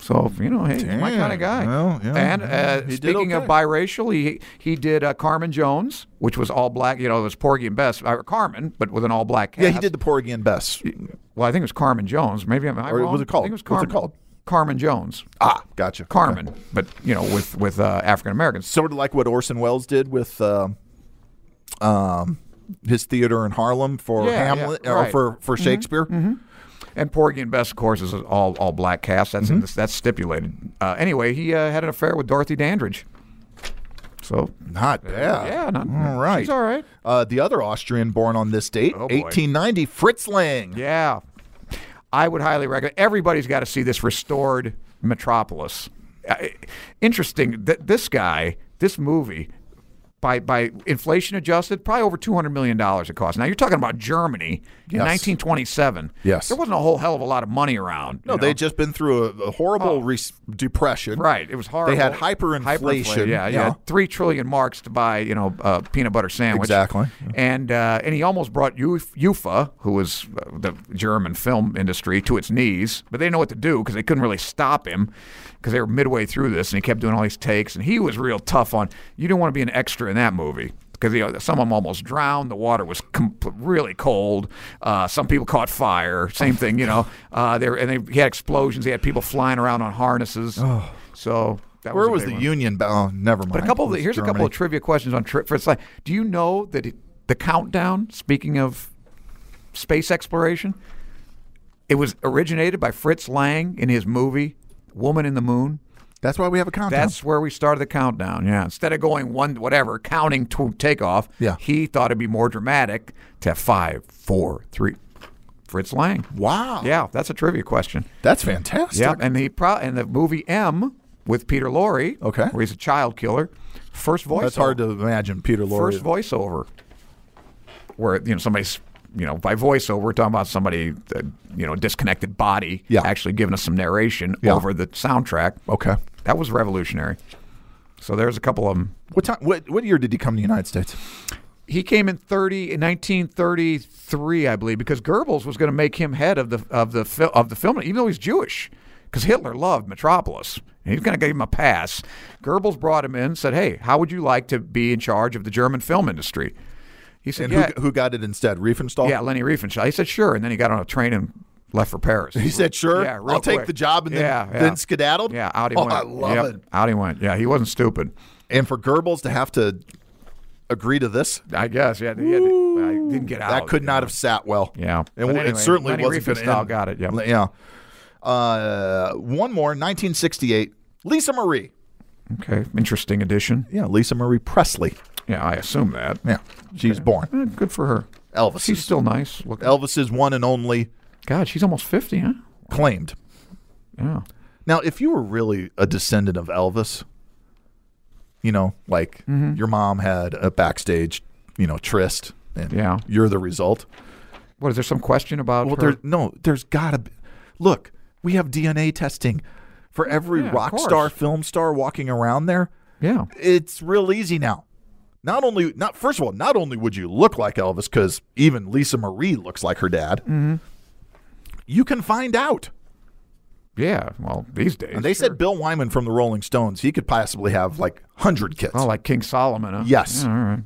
So, you know, hey, he's my
Damn.
kind of guy.
Well, yeah,
and
yeah,
uh,
he did
speaking of
okay.
biracial, he he did uh, Carmen Jones, which was all black. You know, it was Porgy and Bess, uh, Carmen, but with an all black cast.
Yeah, he did the Porgy and Bess.
Well, I think it was Carmen Jones. Maybe I'm. am I
Or was
wrong?
it called?
I think it was
What's
Carmen.
it called?
Carmen Jones.
Ah, gotcha.
Carmen, but you know, with with uh, African Americans.
Sort of like what Orson Welles did with um um, his theater in Harlem for
Yeah,
Hamlet
yeah,
or
right. Mm-hmm.
for, for Shakespeare.
And Porgy and Bess, of course, is an all all black cast. That's
Mm-hmm.
in this, that's stipulated. Uh, anyway, he uh, had an affair with Dorothy Dandridge. So
Not bad.
Uh, yeah, not,
Uh, All right.
she's all right.
Uh, the other Austrian born on this date,
Oh, boy.
1890, Fritz Lang.
Yeah, I would highly recommend. Everybody's got to see this restored Metropolis. I, interesting that this guy, this movie. By, by inflation adjusted, probably over two hundred million dollars it cost. Now you're talking about Germany in
Yes.
1927.
Yes.
there wasn't a whole hell of a lot of money around.
No,
you
they
know? Oh.
had just been through a, a horrible res- depression.
Right. It was horrible.
They had hyperinflation.
Yeah, yeah. Three trillion marks to buy, you know, uh, peanut butter sandwich.
Exactly.
And uh, and he almost brought Uf- UFA, who was uh, the German film industry, to its knees, but they didn't know what to do because they couldn't really stop him because they were midway through this, and he kept doing all these takes, and he was real tough on. You didn't want to be an extra in that movie. Because you know, some of them almost drowned. The water was com- really cold. Uh, some people caught fire. Same thing, you know. Uh, there and they he had explosions. He had people flying around on harnesses. So that
Oh. Where
a
was
big
the
one.
union? Ba- oh, never mind.
But a couple
It
of the,
was
here's a couple
Germany.
of trivia questions on trip for it's like, do you know that it, the countdown? Speaking of space exploration, it was originated by Fritz Lang in his movie Woman in the Moon.
That's why we have a countdown.
That's where we started the countdown. Yeah. Instead of going one, whatever, counting to takeoff,
Yeah.
he thought it'd be more dramatic to have five, four, three. Fritz Lang.
wow.
Yeah, that's a trivia question.
That's fantastic.
Yeah, and he pro- and the movie M with Peter Lorre.
Okay.
where he's a child killer. First voiceover.
That's hard to imagine, Peter Lorre.
First voiceover, where you know somebody's you know by voiceover we're talking about somebody uh, you know disconnected body
Yeah.
actually giving us some narration
Yeah.
over the soundtrack. Oh,
okay.
That was revolutionary. So there's a couple of them.
What time? What, what year did he come to the United States?
He came in 30 in 1933, I believe, because Goebbels was going to make him head of the of the fil- of the film, even though he's Jewish, because Hitler loved Metropolis. And he was going to give him a pass. Goebbels brought him in, said, "Hey, how would you like to be in charge of the German film industry?" He said,
And
"Yeah,
who, who got it instead? Riefenstahl.
yeah, Lenny Riefenstahl." He said, "Sure," and then he got on a train and left for Paris.
He said, "Sure,
Yeah, real
I'll take
quick.
the job," and then,
Yeah, yeah.
then skedaddled.
"Yeah, out he
oh,
went."
I love
Yep,
it.
Out he went. Yeah, he wasn't stupid.
And for Goebbels to have to agree to this,
I guess. Yeah, he had to, I didn't get out.
that could
you
not
know.
have sat well.
Oh, Yeah. But
and w-
anyway,
it certainly
Lenny
wasn't going to
Riefenstahl
end.
got it, yeah.
Le- yeah. Uh, one more, 1968. Lisa Marie.
Okay, interesting addition.
Yeah, Lisa Marie Presley.
Yeah, I assume that.
Yeah, she's born.
Eh, good for her.
Elvis.
She's still nice. Look,
Elvis's one and only
God, she's almost fifty, huh?
claimed.
Yeah.
Now, if you were really a descendant of Elvis, you know, like
Mm-hmm.
your mom had a backstage, you know, tryst, and
Yeah.
you're the result.
What is there some question about
Well,
her?
there, no, there's gotta be. Look, we have DNA testing for every
Yeah, of
rock
course.
star, film star walking around there.
Yeah.
It's real easy now. Not only, not first of all, not only would you look like Elvis, because even Lisa Marie looks like her dad.
Mm-hmm.
You can find out.
Yeah. Well, these days.
And they said Bill Wyman from the Rolling Stones, he could possibly have like hundred kids.
Oh, Mm-hmm. like King Solomon, huh?
Yes.
Yeah, all right.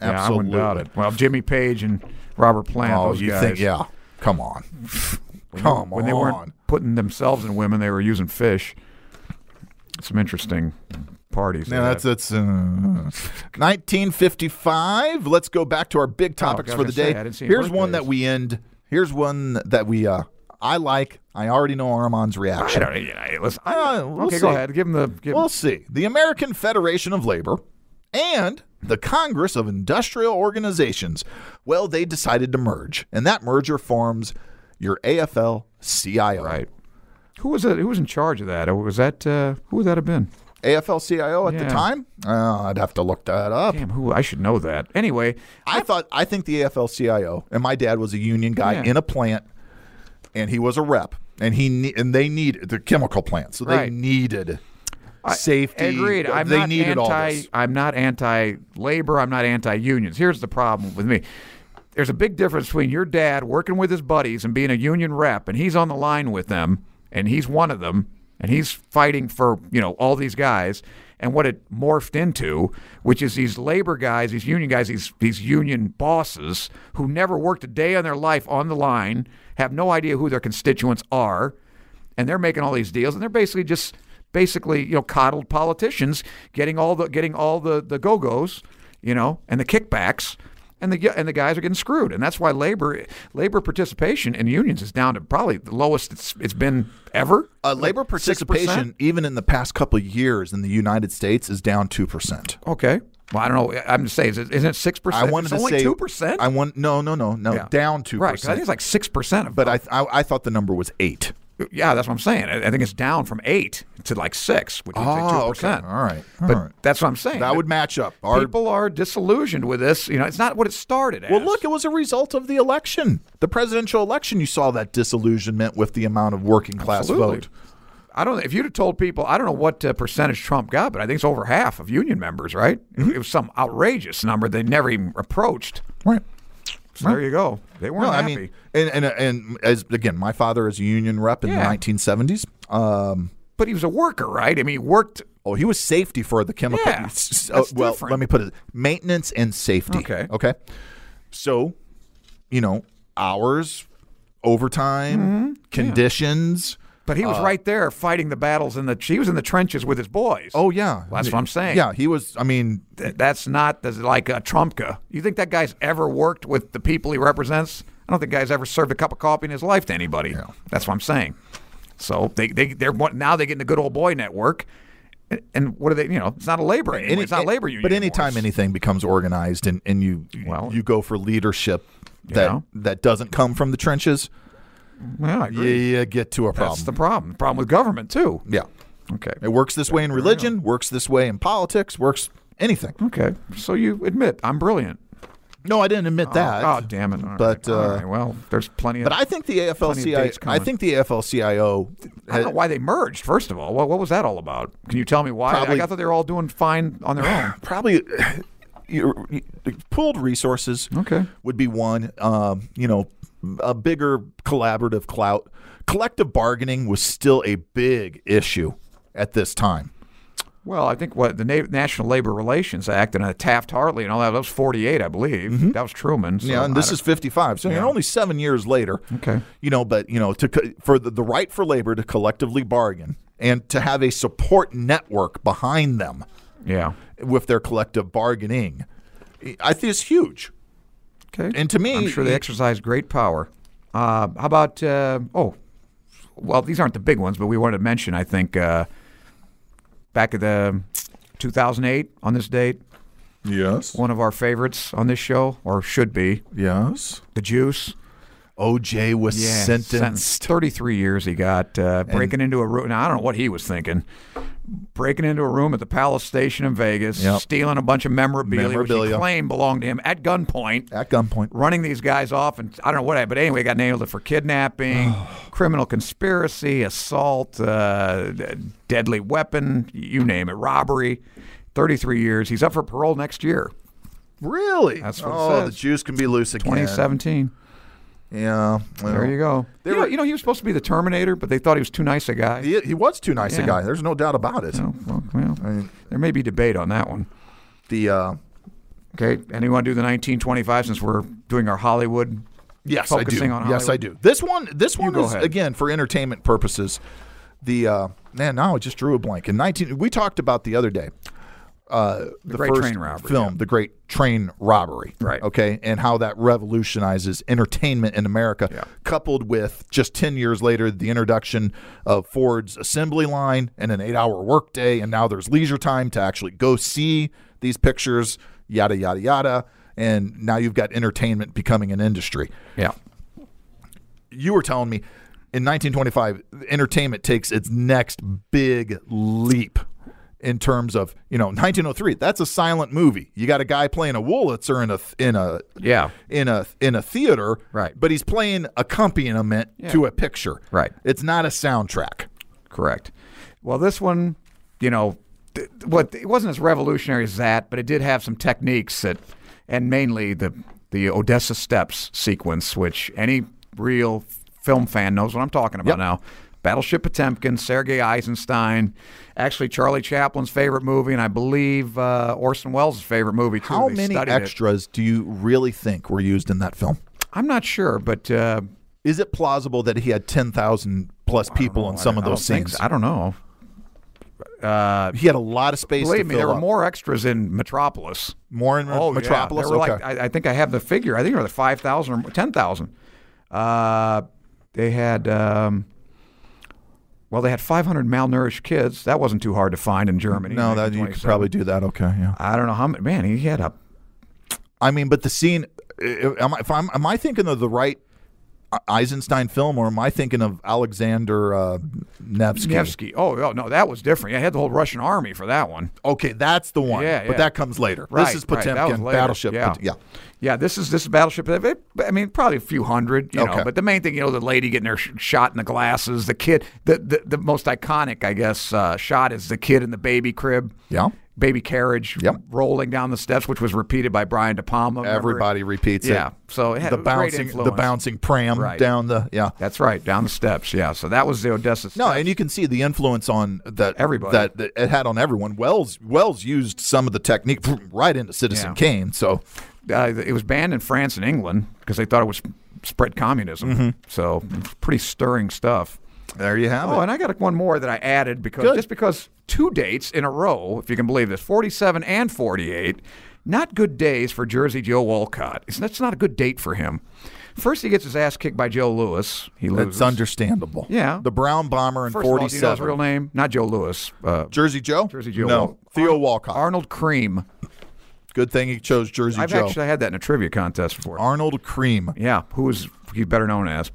Absolutely.
Yeah, I wouldn't doubt it. Well, Jimmy Page and Robert Plant,
Oh,
those
you
guys.
think? Yeah. Come on. Come
When
on.
they weren't putting themselves in women, they were using fish. Some interesting parties.
Yeah, that's that's uh, 1955. Let's go back to our big topics
Oh, I
for
was
the
gonna
day.
say, I didn't see any
Here's one
birthdays.
that we end. Here's one that we uh I like. I already know Armand's
I
reaction.
don't. You know, listen, I,
Uh, we'll
okay,
see.
go ahead. Give him the. Give
We'll see. The American Federation of Labor and the Congress of Industrial Organizations. Well, they decided to merge, and that merger forms your AFL-CIO.
Right. Who was it? Who was in charge of that? Or Was that uh, who would that have been?
AFL-CIO at the
Yeah.
time? Uh, I'd have to look that up.
Damn, who I should know that. Anyway,
I thought I think the AFL-CIO and my dad was a union guy
Yeah.
in a plant, and he was a rep, and he ne- and they needed the chemical plant, so they
Right.
needed
I-
safety.
Agreed. I'm
they
not
needed
anti.
all this.
I'm not anti-labor. I'm not anti-unions. Here's the problem with me. There's a big difference between your dad working with his buddies and being a union rep, and he's on the line with them, and he's one of them, and he's fighting for you know all these guys, and what it morphed into, which is these labor guys, these union guys, these these union bosses who never worked a day in their life on the line, have no idea who their constituents are, and they're making all these deals, and they're basically just basically you know coddled politicians getting all the getting all the the go go's, you know, and the kickbacks, and the and the guys are getting screwed, and that's why labor labor participation in unions is down to probably the lowest it's it's been ever.
Uh, labor
Like 6%?
participation, even in the past couple of years in the United States, is down two percent.
Okay. Well, I don't know. I'm just saying, is it- isn't it six
I
percent?
wanted to
it's only
say
two percent.
I want no, no, no, no, down two
Right. 'cause
percent.
I think it's like six percent.
but I, I I thought the number was eight.
yeah, that's what I'm saying. I, I think it's down from eight to like six, which is
Oh,
two
okay.
percent.
All right. All
But
right.
that's what I'm saying.
That would match up. Our,
people are disillusioned with this. You know, it's not what it started as.
Well, look, it was a result of the election, the presidential election. You saw that disillusionment with the amount of working class
Absolutely.
vote.
I don't. If you'd have told people, I don't know what uh, percentage Trump got, but I think it's over half of union members. Right? It was some outrageous number they never even approached.
Right.
So there you go. They weren't
No, I
happy.
mean, and, and and as again, my father is a union rep in
Yeah.
the 1970s. Um,
but he was a worker, right? I mean, he worked.
oh, he was safety for the chemical.
Yeah,
s- s-
that's
well,
different.
let me put it: maintenance and safety.
Okay.
Okay. So, you know, hours, overtime,
Mm-hmm.
conditions.
But he was right there fighting the battles in the. He was in the trenches with his boys.
Oh yeah,
That's what I'm saying.
Yeah, he was. I mean,
Th- that's not that's like a Trumpka. You think that guy's ever worked with the people he represents? I don't think the guy's ever served a cup of coffee in his life to anybody. That's what I'm saying. So they they they're want- now they get in the good old boy network, And, and what are they? You know, it's not a labor. anymore.
Any-
it's not a labor union.
But
anymore.
anytime
It's-
anything becomes organized and, and you
Well-
you go for leadership that
Yeah.
that doesn't come from the trenches,
yeah, I
you,
agree.
you get to a
that's
problem.
the problem. The problem with government too.
yeah.
Okay.
It works this way in religion, works this way in politics, works anything.
Okay. So you admit I'm brilliant.
No, I didn't admit that.
Oh, damn it. All right.
But,
All
uh,
right. well, there's plenty of.
But I think the
Plenty of dates
AFL-CIO. I
coming.
think the AFL-CIO.
I don't know why they merged. First of all, what, what was that all about? Can you tell me why?
Probably-
I thought they were all doing fine on their own.
probably you- you- pooled resources.
Okay.
would be one. Um, you know, a bigger collaborative clout. Collective bargaining was still a big issue at this time.
Well, I think what the Na- National Labor Relations Act and uh, Taft Hartley and all that, that was 48, I believe. That was Truman. So
yeah, and this
I
is 55. So you know, only seven years later.
Okay.
You know, but you know, to co- for the, the right for labor to collectively bargain and to have a support network behind them
don't- Yeah.
with their collective bargaining, I think is huge.
Okay.
And to me,
I'm sure they exercise great power. Uh, how about, uh, oh, well, these aren't the big ones, but we wanted to mention, I think, uh, back at the 2008 on this date,
Yes.
one of our favorites on this show, or should be,
Yes.
the Juice.
OJ was sentenced.
Thirty-three years he got uh, breaking into a room. Now I don't know what he was thinking. Breaking into a room at the Palace Station in Vegas,
Yep.
stealing a bunch of memorabilia, which
Memorabilia.
he claimed belonged to him at gunpoint.
at gunpoint.
Running these guys off, and I don't know what, but anyway, got nailed for kidnapping, criminal conspiracy, assault, uh, d- deadly weapon, you name it, robbery. 33 years. He's up for parole next year,
Really?
That's what it
oh,
says.
the Jews can be loose again.
2017.
Yeah.
There you go. You know, you know, he was supposed to be the Terminator, but they thought he was too nice a guy.
He, he was too nice a
Yeah.
guy. There's no doubt about it.
No, well, well,
mean-
there may be debate on that one.
The uh,
Okay, anyone do the 1925 since we're doing our Hollywood?
yes, I
Focusing
do.
on
yes, I
Hollywood.
do. This one, this one
go
is
ahead.
again for entertainment purposes. The uh, man, now I just drew a blank. In 19, we talked about the other day. Uh, the
Great
first
Train Robbery,
film, The Great Train Robbery,
Right.
Okay, and how that revolutionizes entertainment in America,
Yeah.
coupled with just ten years later the introduction of Ford's assembly line and an eight-hour workday, and now there's leisure time to actually go see these pictures, yada yada yada, and now you've got entertainment becoming an industry
Yeah.
you were telling me in 1925 entertainment takes its next big leap in terms of you know 1903 that's a silent movie you got a guy playing a Wurlitzer in a in a
Yeah.
in a in a theater
Right.
but he's playing accompaniment to a picture
Right.
it's not a soundtrack
Correct. Well, this one, you know, th- what it wasn't as revolutionary as that, but it did have some techniques that, and mainly the the Odessa Steps sequence, which any real film fan knows what I'm talking about
Yep.
now. Battleship Potemkin, Sergei Eisenstein, actually Charlie Chaplin's favorite movie, and I believe uh, Orson Welles' favorite movie too.
how
They
many
studied it.
extras do you really think were used in that film
I'm not sure, but uh,
is it plausible that he had 10,000 plus people in some of
I don't
those
think
scenes
so. I don't know.
he had a lot of space to
Believe me,
fill
there were
up.
more extras in Metropolis.
more in
Oh, yeah.
metropolis
There were
okay
like, I, I think I have the figure. I think it was five thousand or ten thousand. Uh, they had, um, well, they had five hundred malnourished kids. That wasn't too hard to find in Germany. in
No, that you could
1927.
probably do that. Okay, yeah.
I don't know how many. Man, he had a.
I mean, but the scene. eh, Am I, if I'm, am I thinking of the right uh, Eisenstein film, or am I thinking of Alexander uh, Nevsky?
Nevsky. Oh, oh, no, that was different. Yeah, I had the whole Russian army for that one.
Okay, that's the one.
Yeah,
but
yeah.
that comes later.
Right,
this is
right, that was
Potemkin
later.
Battleship.
Yeah.
Pot- yeah.
Yeah, this is this is battleship. I mean, probably a few hundred, you
Okay.
know. But the main thing, you know, the lady getting her sh- shot in the glasses, the kid, the the, the most iconic, I guess, uh, shot is the kid in the baby crib.
Yeah.
Baby carriage
Yep.
rolling down the steps, which was repeated by Brian De Palma. remember?
Everybody repeats
Yeah.
it.
So it had
the
great
bouncing, the
influence.
bouncing pram
Right.
down the yeah.
That's right, down the steps. Yeah. So that was the Odessa.
No,
steps.
and you can see the influence on that
Everybody.
that, that it had on everyone. Wells Wells used some of the technique right into Citizen
Yeah.
Kane. So
uh, it was banned in France and England because they thought it was spread communism.
Mm-hmm.
So pretty stirring stuff.
there you have
Oh,
it.
and I got one more that I added because
Good.
just because two dates in a row, if you can believe this, 47 and 48, not good days for Jersey Joe Walcott. It's- That's not a good date for him. First, he gets his ass kicked by Joe Lewis. He loses.
That's understandable.
Yeah.
The Brown Bomber in
First of all, do you know his
47.
real name? Not Joe Lewis. Uh,
Jersey Joe?
Jersey Joe.
No.
Wal-
Theo
Arnold-
Walcott.
Arnold Cream.
Good thing he chose Jersey
I've
Joe.
actually had that in a trivia contest before.
Arnold Cream.
yeah, who is he's better known as.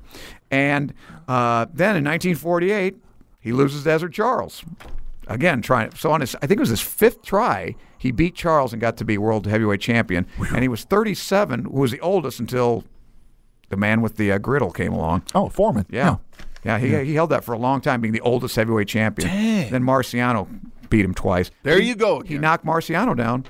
And uh, then in 1948, he loses to Ezra Charles. Again, trying so on his I think it was his fifth try, he beat Charles and got to be world heavyweight champion. And he was 37, who was the oldest until the man with the uh, griddle came along.
Oh, Foreman.
Yeah. Yeah, he, he held that for a long time, being the oldest heavyweight champion.
Dang.
Then Marciano beat him twice.
There you go.
He
again.
knocked Marciano down.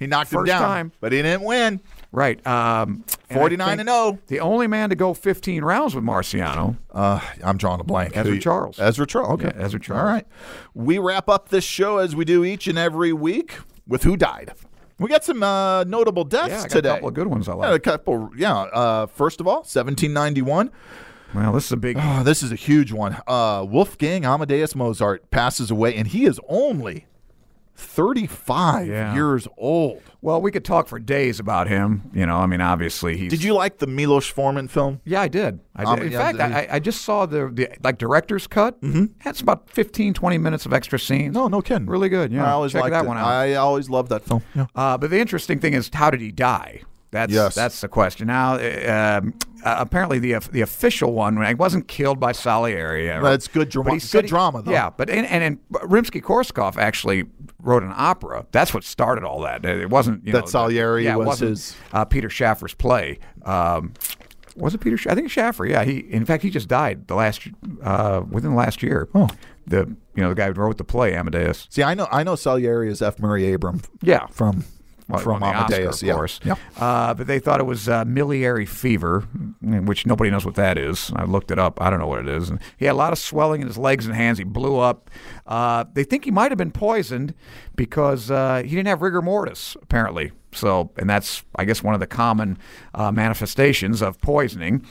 He knocked him
First
down,
time.
but he didn't win.
Right. Um, and I
49 and oh.
think
0.
The only man to go 15 rounds with Marciano.
Uh, I'm drawing a blank.
Ezra
Who-
Charles.
Ezra Charles. Okay.
Yeah, Ezra Charles.
All right. We wrap up this show as we do each and every week with who died. We got some uh, notable deaths
Yeah, I got
today.
a couple of good ones I
Yeah, a
like.
couple. Yeah. Uh, first of all, 1791.
Well, this is a big.
Oh, this is a huge one. Uh, Wolfgang Amadeus Mozart passes away, and he is only 35
Yeah.
years old.
Well, we could talk for days about him. You know, I mean, obviously he's.
Did you like the Milos Forman film?
Yeah, I did. I did.
Um,
In
yeah,
fact,
the-
I, I just saw the, the like director's cut. Mm-hmm. That's about 15, 20 minutes of extra scenes.
No, no kidding.
Really good. Yeah,
I always
check
liked
that
it.
one out.
I always loved that film. Yeah.
Uh, but the interesting thing is, how did he die? That's
Yes.
that's the question. Now, uh, um, uh, apparently the the official one he wasn't killed by Salieri. or-
That's good
but
drama-
he said
good drama, though.
Yeah, but and and, and Rimsky Korsakov actually wrote an opera. That's what started all that. It wasn't you
That
know,
Salieri
yeah, it
was
wasn't,
his-
uh, Peter Schaffer's play. Um, was it Peter? Schaff- I think Schaffer. Yeah, he. In fact, he just died the last uh, within the last year.
Oh.
the you know the guy who wrote the play Amadeus.
See, I know, I know Salieri is F. Murray Abram
Yeah,
from
well, it
from
won the Oscar,
Amadeus,
of
yeah.
course.
Yeah.
Uh, but they thought it was uh, miliary fever, which nobody knows what that is. I looked it up. I don't know what it is. And he had a lot of swelling in his legs and hands. He blew up. Uh, they think he might have been poisoned because uh, he didn't have rigor mortis, apparently. So, and that's, I guess, one of the common uh, manifestations of poisoning.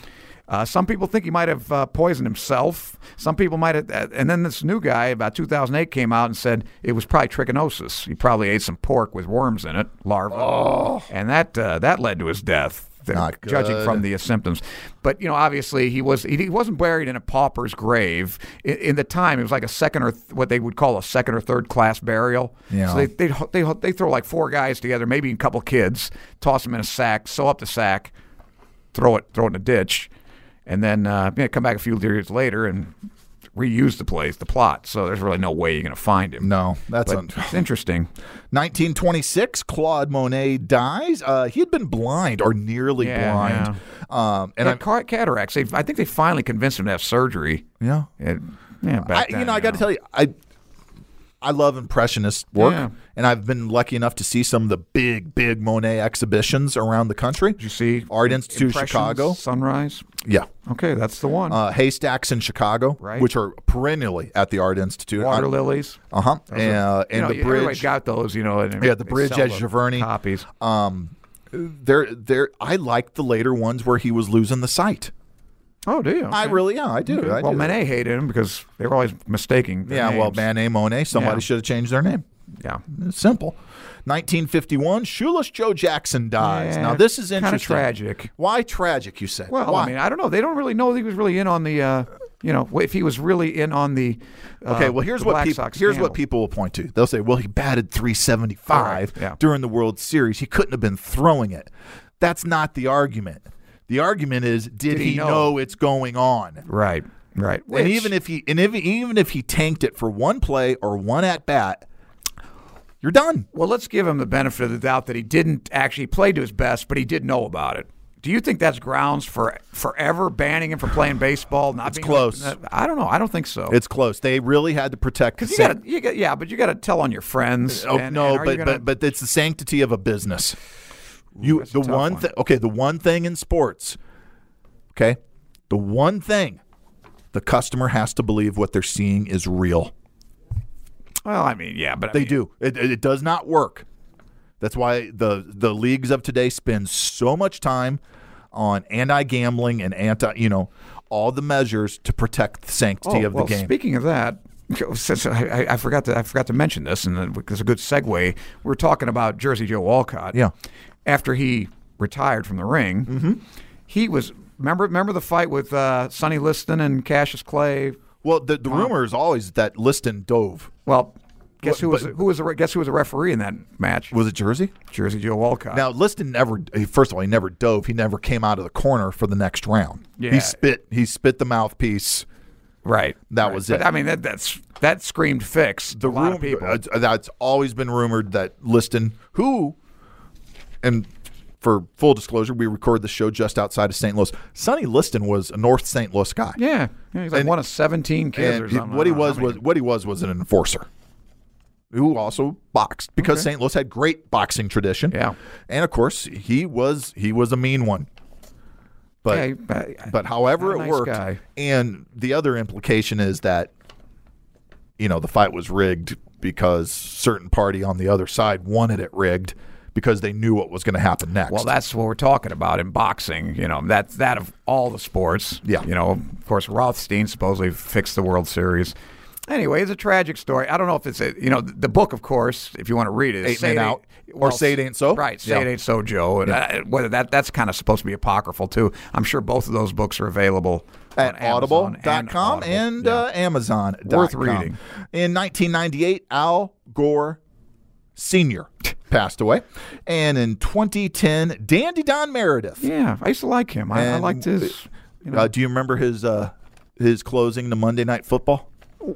Uh, some people think he might have uh, poisoned himself. Some people might have. Uh, and then this new guy, about 2008, came out and said it was probably trichinosis. He probably ate some pork with worms in it, larvae. And that uh, that led to his death. th-
Oh. Not
Judging
good.
from the uh, symptoms, but you know, obviously he was he, he wasn't buried in a pauper's grave. In, in the time, it was like a second or th- what they would call a second or third class burial.
Yeah.
So they they they they throw like four guys together, maybe a couple kids, toss them in a sack, sew up the sack, throw it throw it in a ditch, and then uh, you know, come back a few years later and reuse the place, the plot. So there's really no way you're going to find him.
No, that's
but
un-
it's interesting.
1926. Claude Monet dies. Uh, he had been blind or nearly
Yeah,
blind, um, and
And
I,
yeah, car- cataracts. They, I think they finally convinced him to have surgery.
yeah,
It-
I,
yeah, back
you
then, uh,
know, I got to tell you, I I love impressionist work,
Yeah.
and I've been lucky enough to see some of the big, big Monet exhibitions around the country.
Did you see
Art Institute
Impressions,
Chicago?
Sunrise.
Yeah.
Okay, that's the one.
Uh, haystacks in Chicago,
Right.
which are perennially at the Art Institute.
Water lilies.
Uh-huh. And, uh,
You
and
know,
the
everybody's
bridge.
got those, you know. and
Yeah, the
they
bridge
sell
at
the
Giverny.
Copies.
Um, there, there. I liked the later ones where he was losing the sight.
oh, do you?
I
Okay.
really, yeah, I do. I
well,
do.
Manet hated him because they were always mistaking. their
Yeah, well,
names.
Manet, Monet. Somebody
Yeah.
should have changed their name.
Yeah.
It's simple. 1951, shoeless Joe Jackson dies.
Yeah,
now this is
kinda
interesting.
tragic.
Why tragic? You say?
Well,
Why?
I mean, I don't know. They don't really know if he was really in on the, uh, you know, if he was really in on the. Uh,
Okay, well here's
the
what
Black
people
Sox
here's
scandal.
what people will point to. They'll say, "Well, he batted 375
Correct, yeah.
during the World Series. He couldn't have been throwing it." That's not the argument. The argument is, did,
he
he
know?
know it's going on?
Right, right.
and
Which-
even if he and if, even if he tanked it for one play or one at bat, you're done.
Well, let's give him the benefit of the doubt that he didn't actually play to his best, but he did know about it. Do you think that's grounds for forever banning him from playing baseball? Not
It's
being-
close.
I don't know. I don't think so.
It's close. They really had to protect the
because you
san-
got to, you got, yeah, but you got to tell on your friends.
Oh
and-
no,
and are you
but,
gonna-
but but it's the sanctity of a business. You
a
the
tough
one
one.
thing. Okay, the one thing in sports. Okay, the one thing, the customer has to believe what they're seeing is real.
well, I mean, yeah, but I
They
mean,
do. It, it it does not work. That's why the the leagues of today spend so much time on anti gambling and anti you know all the measures to protect the sanctity
Oh,
of
well,
the game.
Speaking of that, since I, I- I forgot to I forgot to mention this, and then it's a good segue. We're talking about Jersey Joe Walcott.
Yeah. Mm-hmm.
After he retired from the ring, he was remember remember the fight with uh, Sonny Liston and Cassius Clay.
Well, the, the rumor is always that Liston dove.
Well, guess who was
But-
who was the, re- guess who was a referee in that match?
Was it Jersey?
Jersey Joe Walcott.
Now Liston never. he- First of all, he never dove. He never came out of the corner for the next round.
Yeah.
He spit. He spit the mouthpiece.
right.
That
Right.
was
But,
it.
I mean that that's that screamed fix.
The
a lot
rum-
of people.
uh, that's always been rumored that Liston, who, and for full disclosure, we record the show just outside of St. Louis. Sonny Liston was a North St. Louis guy.
yeah. yeah, he's like
and-
one of seventeen kids
and
or
he-
something.
what he
I don't know
was
how many.
was what he was was an enforcer who also boxed because St. Louis had great boxing tradition.
Yeah.
and of course he was he was a mean one. But
Yeah, he- but-
but however
not
it
a nice
worked,
guy.
and the other implication is that you know the fight was rigged because certain party on the other side wanted it rigged because they knew what was going to happen next.
Well, that's what we're talking about in boxing. You know, that's that of all the sports.
Yeah.
You know, of course, Rothstein supposedly fixed the World Series. Anyway, it's a tragic story. I don't know if it's a, you know, the book, of course, if you want to read it, is
Eight
Say
Men
It Ain't-
Out or Say It Ain't So.
Right. Say
Yeah.
It Ain't So, Joe. And uh, whether that that's kind of supposed to be apocryphal, too. I'm sure both of those books are available
at
on Amazon
audible.com and,
Audible. Yeah.
uh, Amazon.
Worth reading.
In 1998, Al Gore Sr. passed away. And in 2010, Dandy Don Meredith.
yeah. I used to like him. I, I
And-
liked his. You know,
Uh, do you remember his uh, his closing to Monday Night Football?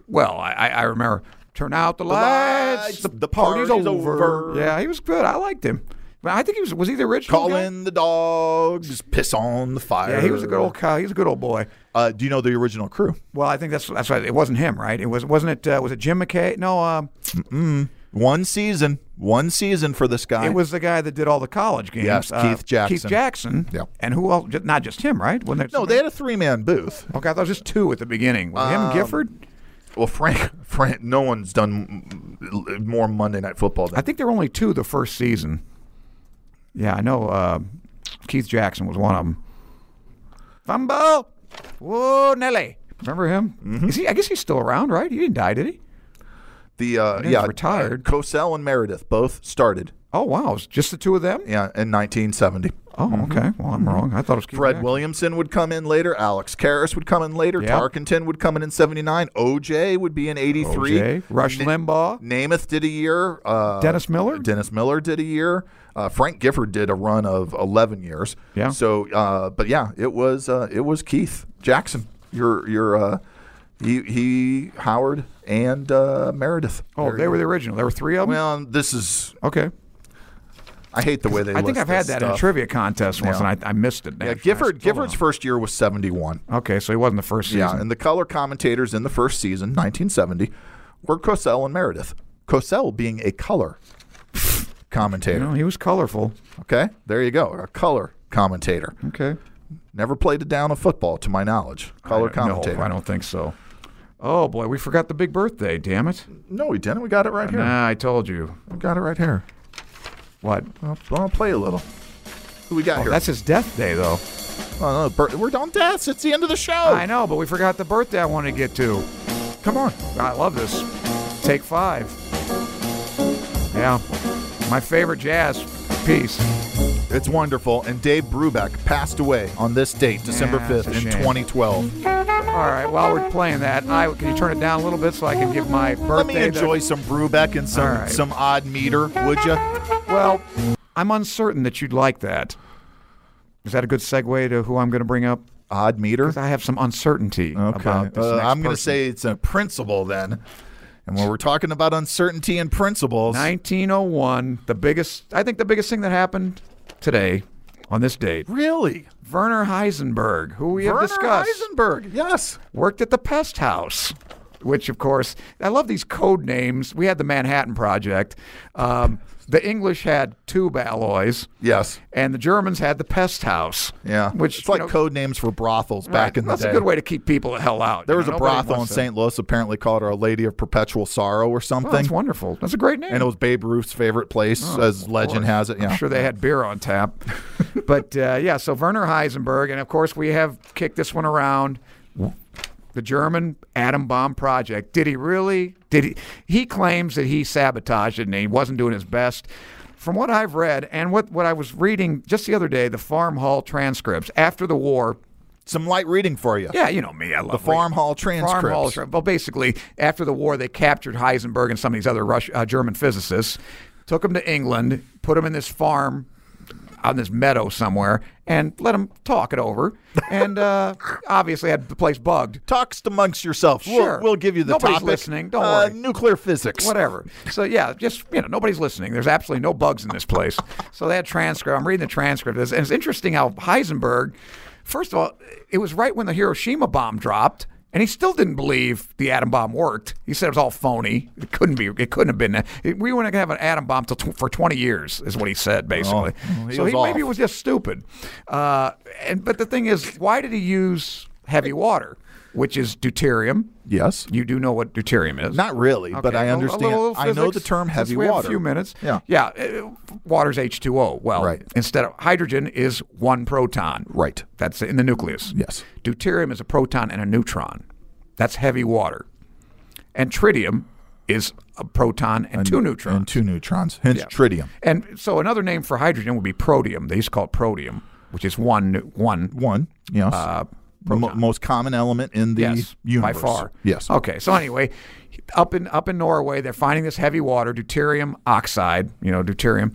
well, I, I I remember. Turn out the, lights.
lights, the party's over.
Yeah, he was good. I liked him. But I think he was was he the original
Call
guy?
in the dogs, piss on the fire.
Yeah, he was a good old cow. He was a good old boy.
Uh, do you know the original crew?
Well, I think that's that's right. It wasn't him, right? It was wasn't it? Uh, was it Jim McKay? No, um,
One season, one season for this guy.
it was the guy that did all the college games.
Yes,
uh,
Keith Jackson.
Keith Jackson.
Yeah.
And who else? ju- Not just him, right? Wasn't there
no, they Um, had a three man booth.
Okay, I thought it was just two at the beginning. Was him Gifford?
Well, Frank, Frank, no one's done m- more Monday Night Football than
I think there were only two the first season. Yeah, I know. Uh, Keith Jackson was one of them. Fumble. Whoa, Nelly. Remember him?
Mm-hmm.
Is he? I guess he's still around, right? He didn't die, did he?
The uh,
he's
yeah,
retired.
Uh, Cosell and Meredith both started
Oh wow, it's just the two of them.
yeah, in 1970.
Oh okay. Well, I'm wrong. I thought it was Keith
Fred
Jackson.
Williamson would come in later. Alex Karras would come in later.
Yeah.
Tarkenton would come in in 79. OJ would be in 83.
OJ, Rush Limbaugh.
Namath did a year. Uh,
Dennis Miller?
Dennis Miller did a year. Uh, Frank Gifford did a run of 11 years.
Yeah.
So, uh, but yeah, it was uh, it was Keith Jackson. Your your uh, he he Howard and uh, Meredith.
Oh,
There
they
you
were
go.
the original. There were three of them.
Well, this is
okay.
I hate the way they.
I think
list
I've had
this
that in a
stuff.
trivia contest once, and I, I missed it.
Yeah,
actually. I
Gifford.
still
Gifford's
don't.
first year was seventy-one.
Okay, so he wasn't the first season.
Yeah, and the color commentators in the first season, nineteen seventy, were Cosell and Meredith. Cosell being a color
you
commentator.
know, he was colorful.
Okay, there you go. A color commentator.
Okay.
Never played a down of football, to my knowledge. Color commentator.
No, I don't think so. Oh boy, we forgot the big birthday. Damn it!
No, we didn't. We got it right here.
Nah, I told you.
We got it right here.
What?
I'll, I'll play a little. Who we got here?
Oh, That's his death day, though.
oh, no, Bert- we're on deaths. It's the end of the show.
I know, but we forgot the birthday I wanted to get to.
Come on.
I love this. Take five. Yeah, my favorite jazz piece.
It's wonderful. And Dave Brubeck passed away on this date, December
Yeah, it's a
5th, in
shame.
2012.
All right, while we're playing that, I can you turn it down a little bit so I can give my birthday.
Let me
the-
enjoy some Brubeck and some,
All right.
some odd meter, would you?
well, I'm uncertain that you'd like that. Is that a good segue to who I'm going to bring up?
Odd meter?
'Cause I have some uncertainty about this.
Uh,
next
I'm going to
person.
say it's a principle then. And when we're talking about uncertainty and principles,
1901, the biggest, I think the biggest thing that happened today on this date,
really?
Werner Heisenberg, who we
Werner
have discussed,
Heisenberg, yes.
worked at the pest house, which, of course, I love these code names. We had the Manhattan Project. Um, the English had tube alloys,
Yes.
and the Germans had the pest house.
Yeah.
Which
it's like
you know,
code names for brothels back
right,
in the
That's
day.
a good way to keep people the hell out.
There
you
was
know,
a
nobody
brothel in
wants to-
St. Louis apparently called Our Lady of Perpetual Sorrow or
Oh,
something.
that's wonderful. That's a great name.
and it was Babe Ruth's favorite place, as legend
Oh, course.
has it. Yeah.
I'm sure they had beer on tap. but uh, yeah, so Werner Heisenberg, and of course we have kicked this one around. The German atom bomb project. Did he really? Did he? He claims that he sabotaged it and he wasn't doing his best. From what I've read and what, what I was reading just the other day, the Farm Hall transcripts after the war,
Some light reading for you.
Yeah, you know me. I love
The farm
reading.
hall transcripts.
Farm hall. tra- Well, basically, after the war, they captured Heisenberg and some of these other Rush, uh, German physicists, took them to England, put them in this farm on this meadow somewhere, and let them talk it over. And uh, obviously, had the place bugged.
Talks amongst yourselves. We'll-
Sure.
We'll, give you the
Nobody's
topic.
listening. Don't
Uh,
worry.
Nuclear physics.
Whatever. So yeah, just you know, nobody's listening. There's absolutely no bugs in this place. So that transcript, I'm reading the transcript, and it's interesting how Heisenberg. First of all, it was right when the Hiroshima bomb dropped, and he still didn't believe the atom bomb worked. He said it was all phony. It couldn't be. It couldn't have been. that. It- We weren't going to have an atom bomb till tw- for 20 years, is what he said basically.
Oh, well, he
so
was
he
off.
maybe was just stupid. Uh, and but the thing is, why did he use heavy water, which is deuterium?
Yes.
You do know what deuterium is.
Not really, but
Okay,
I
a- a
understand.
little
I know the
physics,
term
since
heavy
we have
water.
A few minutes.
Yeah.
Yeah. uh, Water's H2O. Well,
Right.
instead of hydrogen is one proton.
Right.
That's in the nucleus.
Yes.
Deuterium is a proton and a neutron. That's heavy water. And tritium is a proton and, two neutrons.
And two neutrons, hence tritium.
And so another name for hydrogen would be protium. They used to call it protium, which is one nu- one
One, yes.
Uh,
the mo- most common element in the
yes,
universe.
by far.
Yes.
Okay. So anyway, up in up in Norway, they're finding this heavy water, deuterium oxide. You know, deuterium,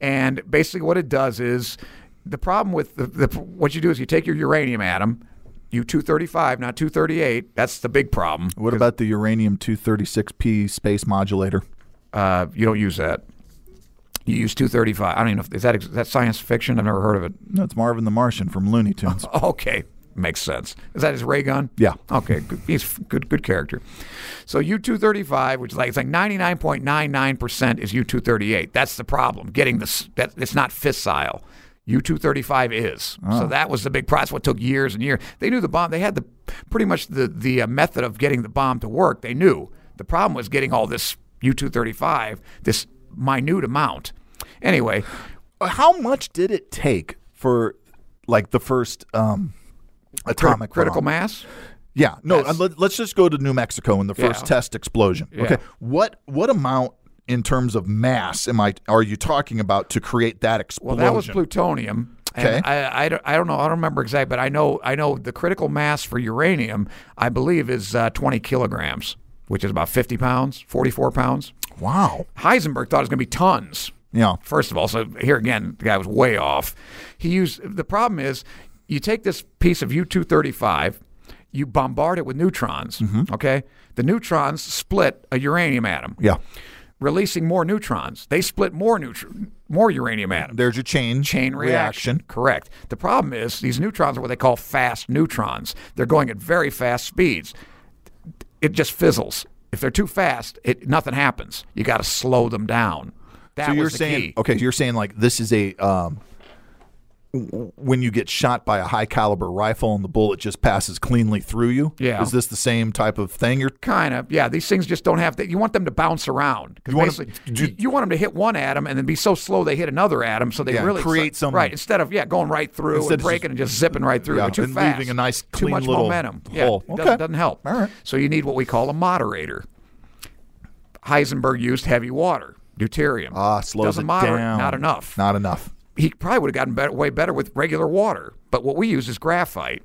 and basically what it does is the problem with the, the what you do is you take your uranium atom, you two thirty five, not two thirty eight. That's the big problem.
What about the uranium 236P space modulator?
Uh, you don't use that. You use two thirty five. I don't even know if is that is that science fiction. I've never heard of it.
That's Marvin the Martian from Looney Tunes.
Okay, makes sense. Is that his ray gun?
Yeah.
Okay, good. he's f- good. Good character. So U two thirty five, which is like it's like ninety nine point nine nine percent is U two thirty eight. That's the problem. Getting this that it's not fissile. U two thirty five is.
Oh.
So that was the big process. What took years and years. They knew the bomb. They had the pretty much the the uh, method of getting the bomb to work. They knew. The problem was getting all this U two thirty five, this minute amount. Anyway,
How much did it take for like the first um,
crit-
atomic
critical
bomb?
mass.
Yeah, no.
Yes.
uh, Let, let's just go to New Mexico in the first
Yeah.
test explosion. Okay,
Yeah.
what what amount in terms of mass am I? Are you talking about to create that
Well,
explosion?
that was plutonium. And
Okay.
I, I, don't, I don't know. I don't remember exact, but I know I know the critical mass for uranium, I believe, is uh, 20 kilograms, which is about 50 pounds, 44 pounds.
Wow.
Heisenberg thought it was going to be tons.
Yeah.
First of all, so here again, the guy was way off. He used the problem is you take this piece of U two thirty five, you bombard it with neutrons. Okay, the neutrons split a uranium atom,
Mm-hmm. Yeah.
releasing more neutrons. They split more neutron, more uranium atoms
There's your chain
chain reaction. Correct. The problem is these neutrons are what they call fast neutrons. They're going at very fast speeds. It just fizzles. If they're too fast, it nothing happens. You got to slow them down. That
So you're
was the
saying
key.
okay, you're saying like this is a um, w- when you get shot by a high caliber rifle and the bullet just passes cleanly through you.
Yeah.
Is this the same type of thing? You're
Kind of, yeah. These things just don't have that. You want them to bounce around. 'Cause
You want 'em-
basically, you, you want them to hit one atom and then be so slow they hit another atom, so they
Yeah,
really
create some-
right instead of yeah going right through
Instead
and
of just-
breaking and just zipping right through.
Yeah,
They're too
and
fast,
leaving a nice,
too
clean
much
little
momentum.
hole.
Yeah, it
Okay.
doesn't, doesn't help.
All right.
So you need what we call a moderator. Heisenberg used heavy water, deuterium.
ah slows
doesn't
it
moderate,
down.
Not enough
Not enough.
he probably would have gotten better, way better with regular water. But what we use is graphite,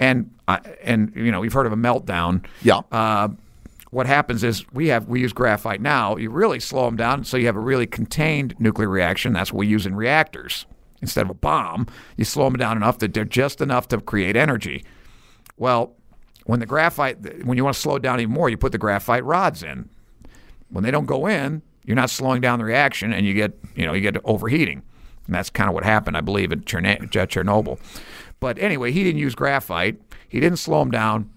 and I and you know you've heard of a meltdown.
Yeah.
Uh, what happens is we have we use graphite now. You really slow them down, so you have a really contained nuclear reaction. That's what we use in reactors instead of a bomb. You slow them down enough that they're just enough to create energy. Well, when the graphite when you want to slow it down even more, you put the graphite rods in when they don't go in, you're not slowing down the reaction, and you get you know you get overheating, and that's kind of what happened, I believe, at Chern- at Chernobyl. But anyway, he didn't use graphite. He didn't slow him down,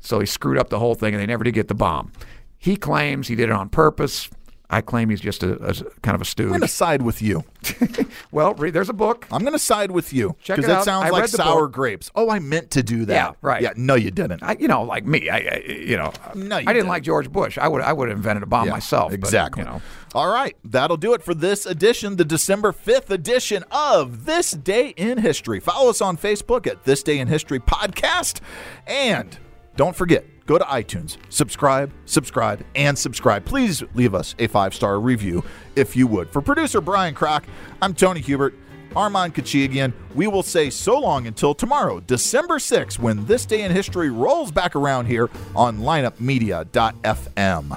so he screwed up the whole thing, and they never did get the bomb. He claims he did it on purpose. I claim he's just a, a s- kind of a
I'm gonna
stooge.
side with you.
Well, re- there's a book.
I'm gonna side with you
Check
because
it
that
out.
sounds
I
like
read the
sour
book.
grapes. Oh, I meant to do that.
Yeah, right.
Yeah, no, you didn't.
I, you know, like me, I, I you know,
No,
I
you
didn't,
didn't.
like George Bush. I would I would have invented a bomb
Yeah,
myself. but,
Exactly.
you know.
All right. That'll do it for this edition, the December 5th edition of This Day in History. Follow us on Facebook at This Day in History Podcast. And don't forget, go to iTunes, subscribe, subscribe, and subscribe. Please leave us a five star review if you would. For producer Brian Crock, I'm Tony Hubert. Armand Kachigian. We will say so long until tomorrow, December 6th, when this day in history rolls back around here on lineupmedia.fm.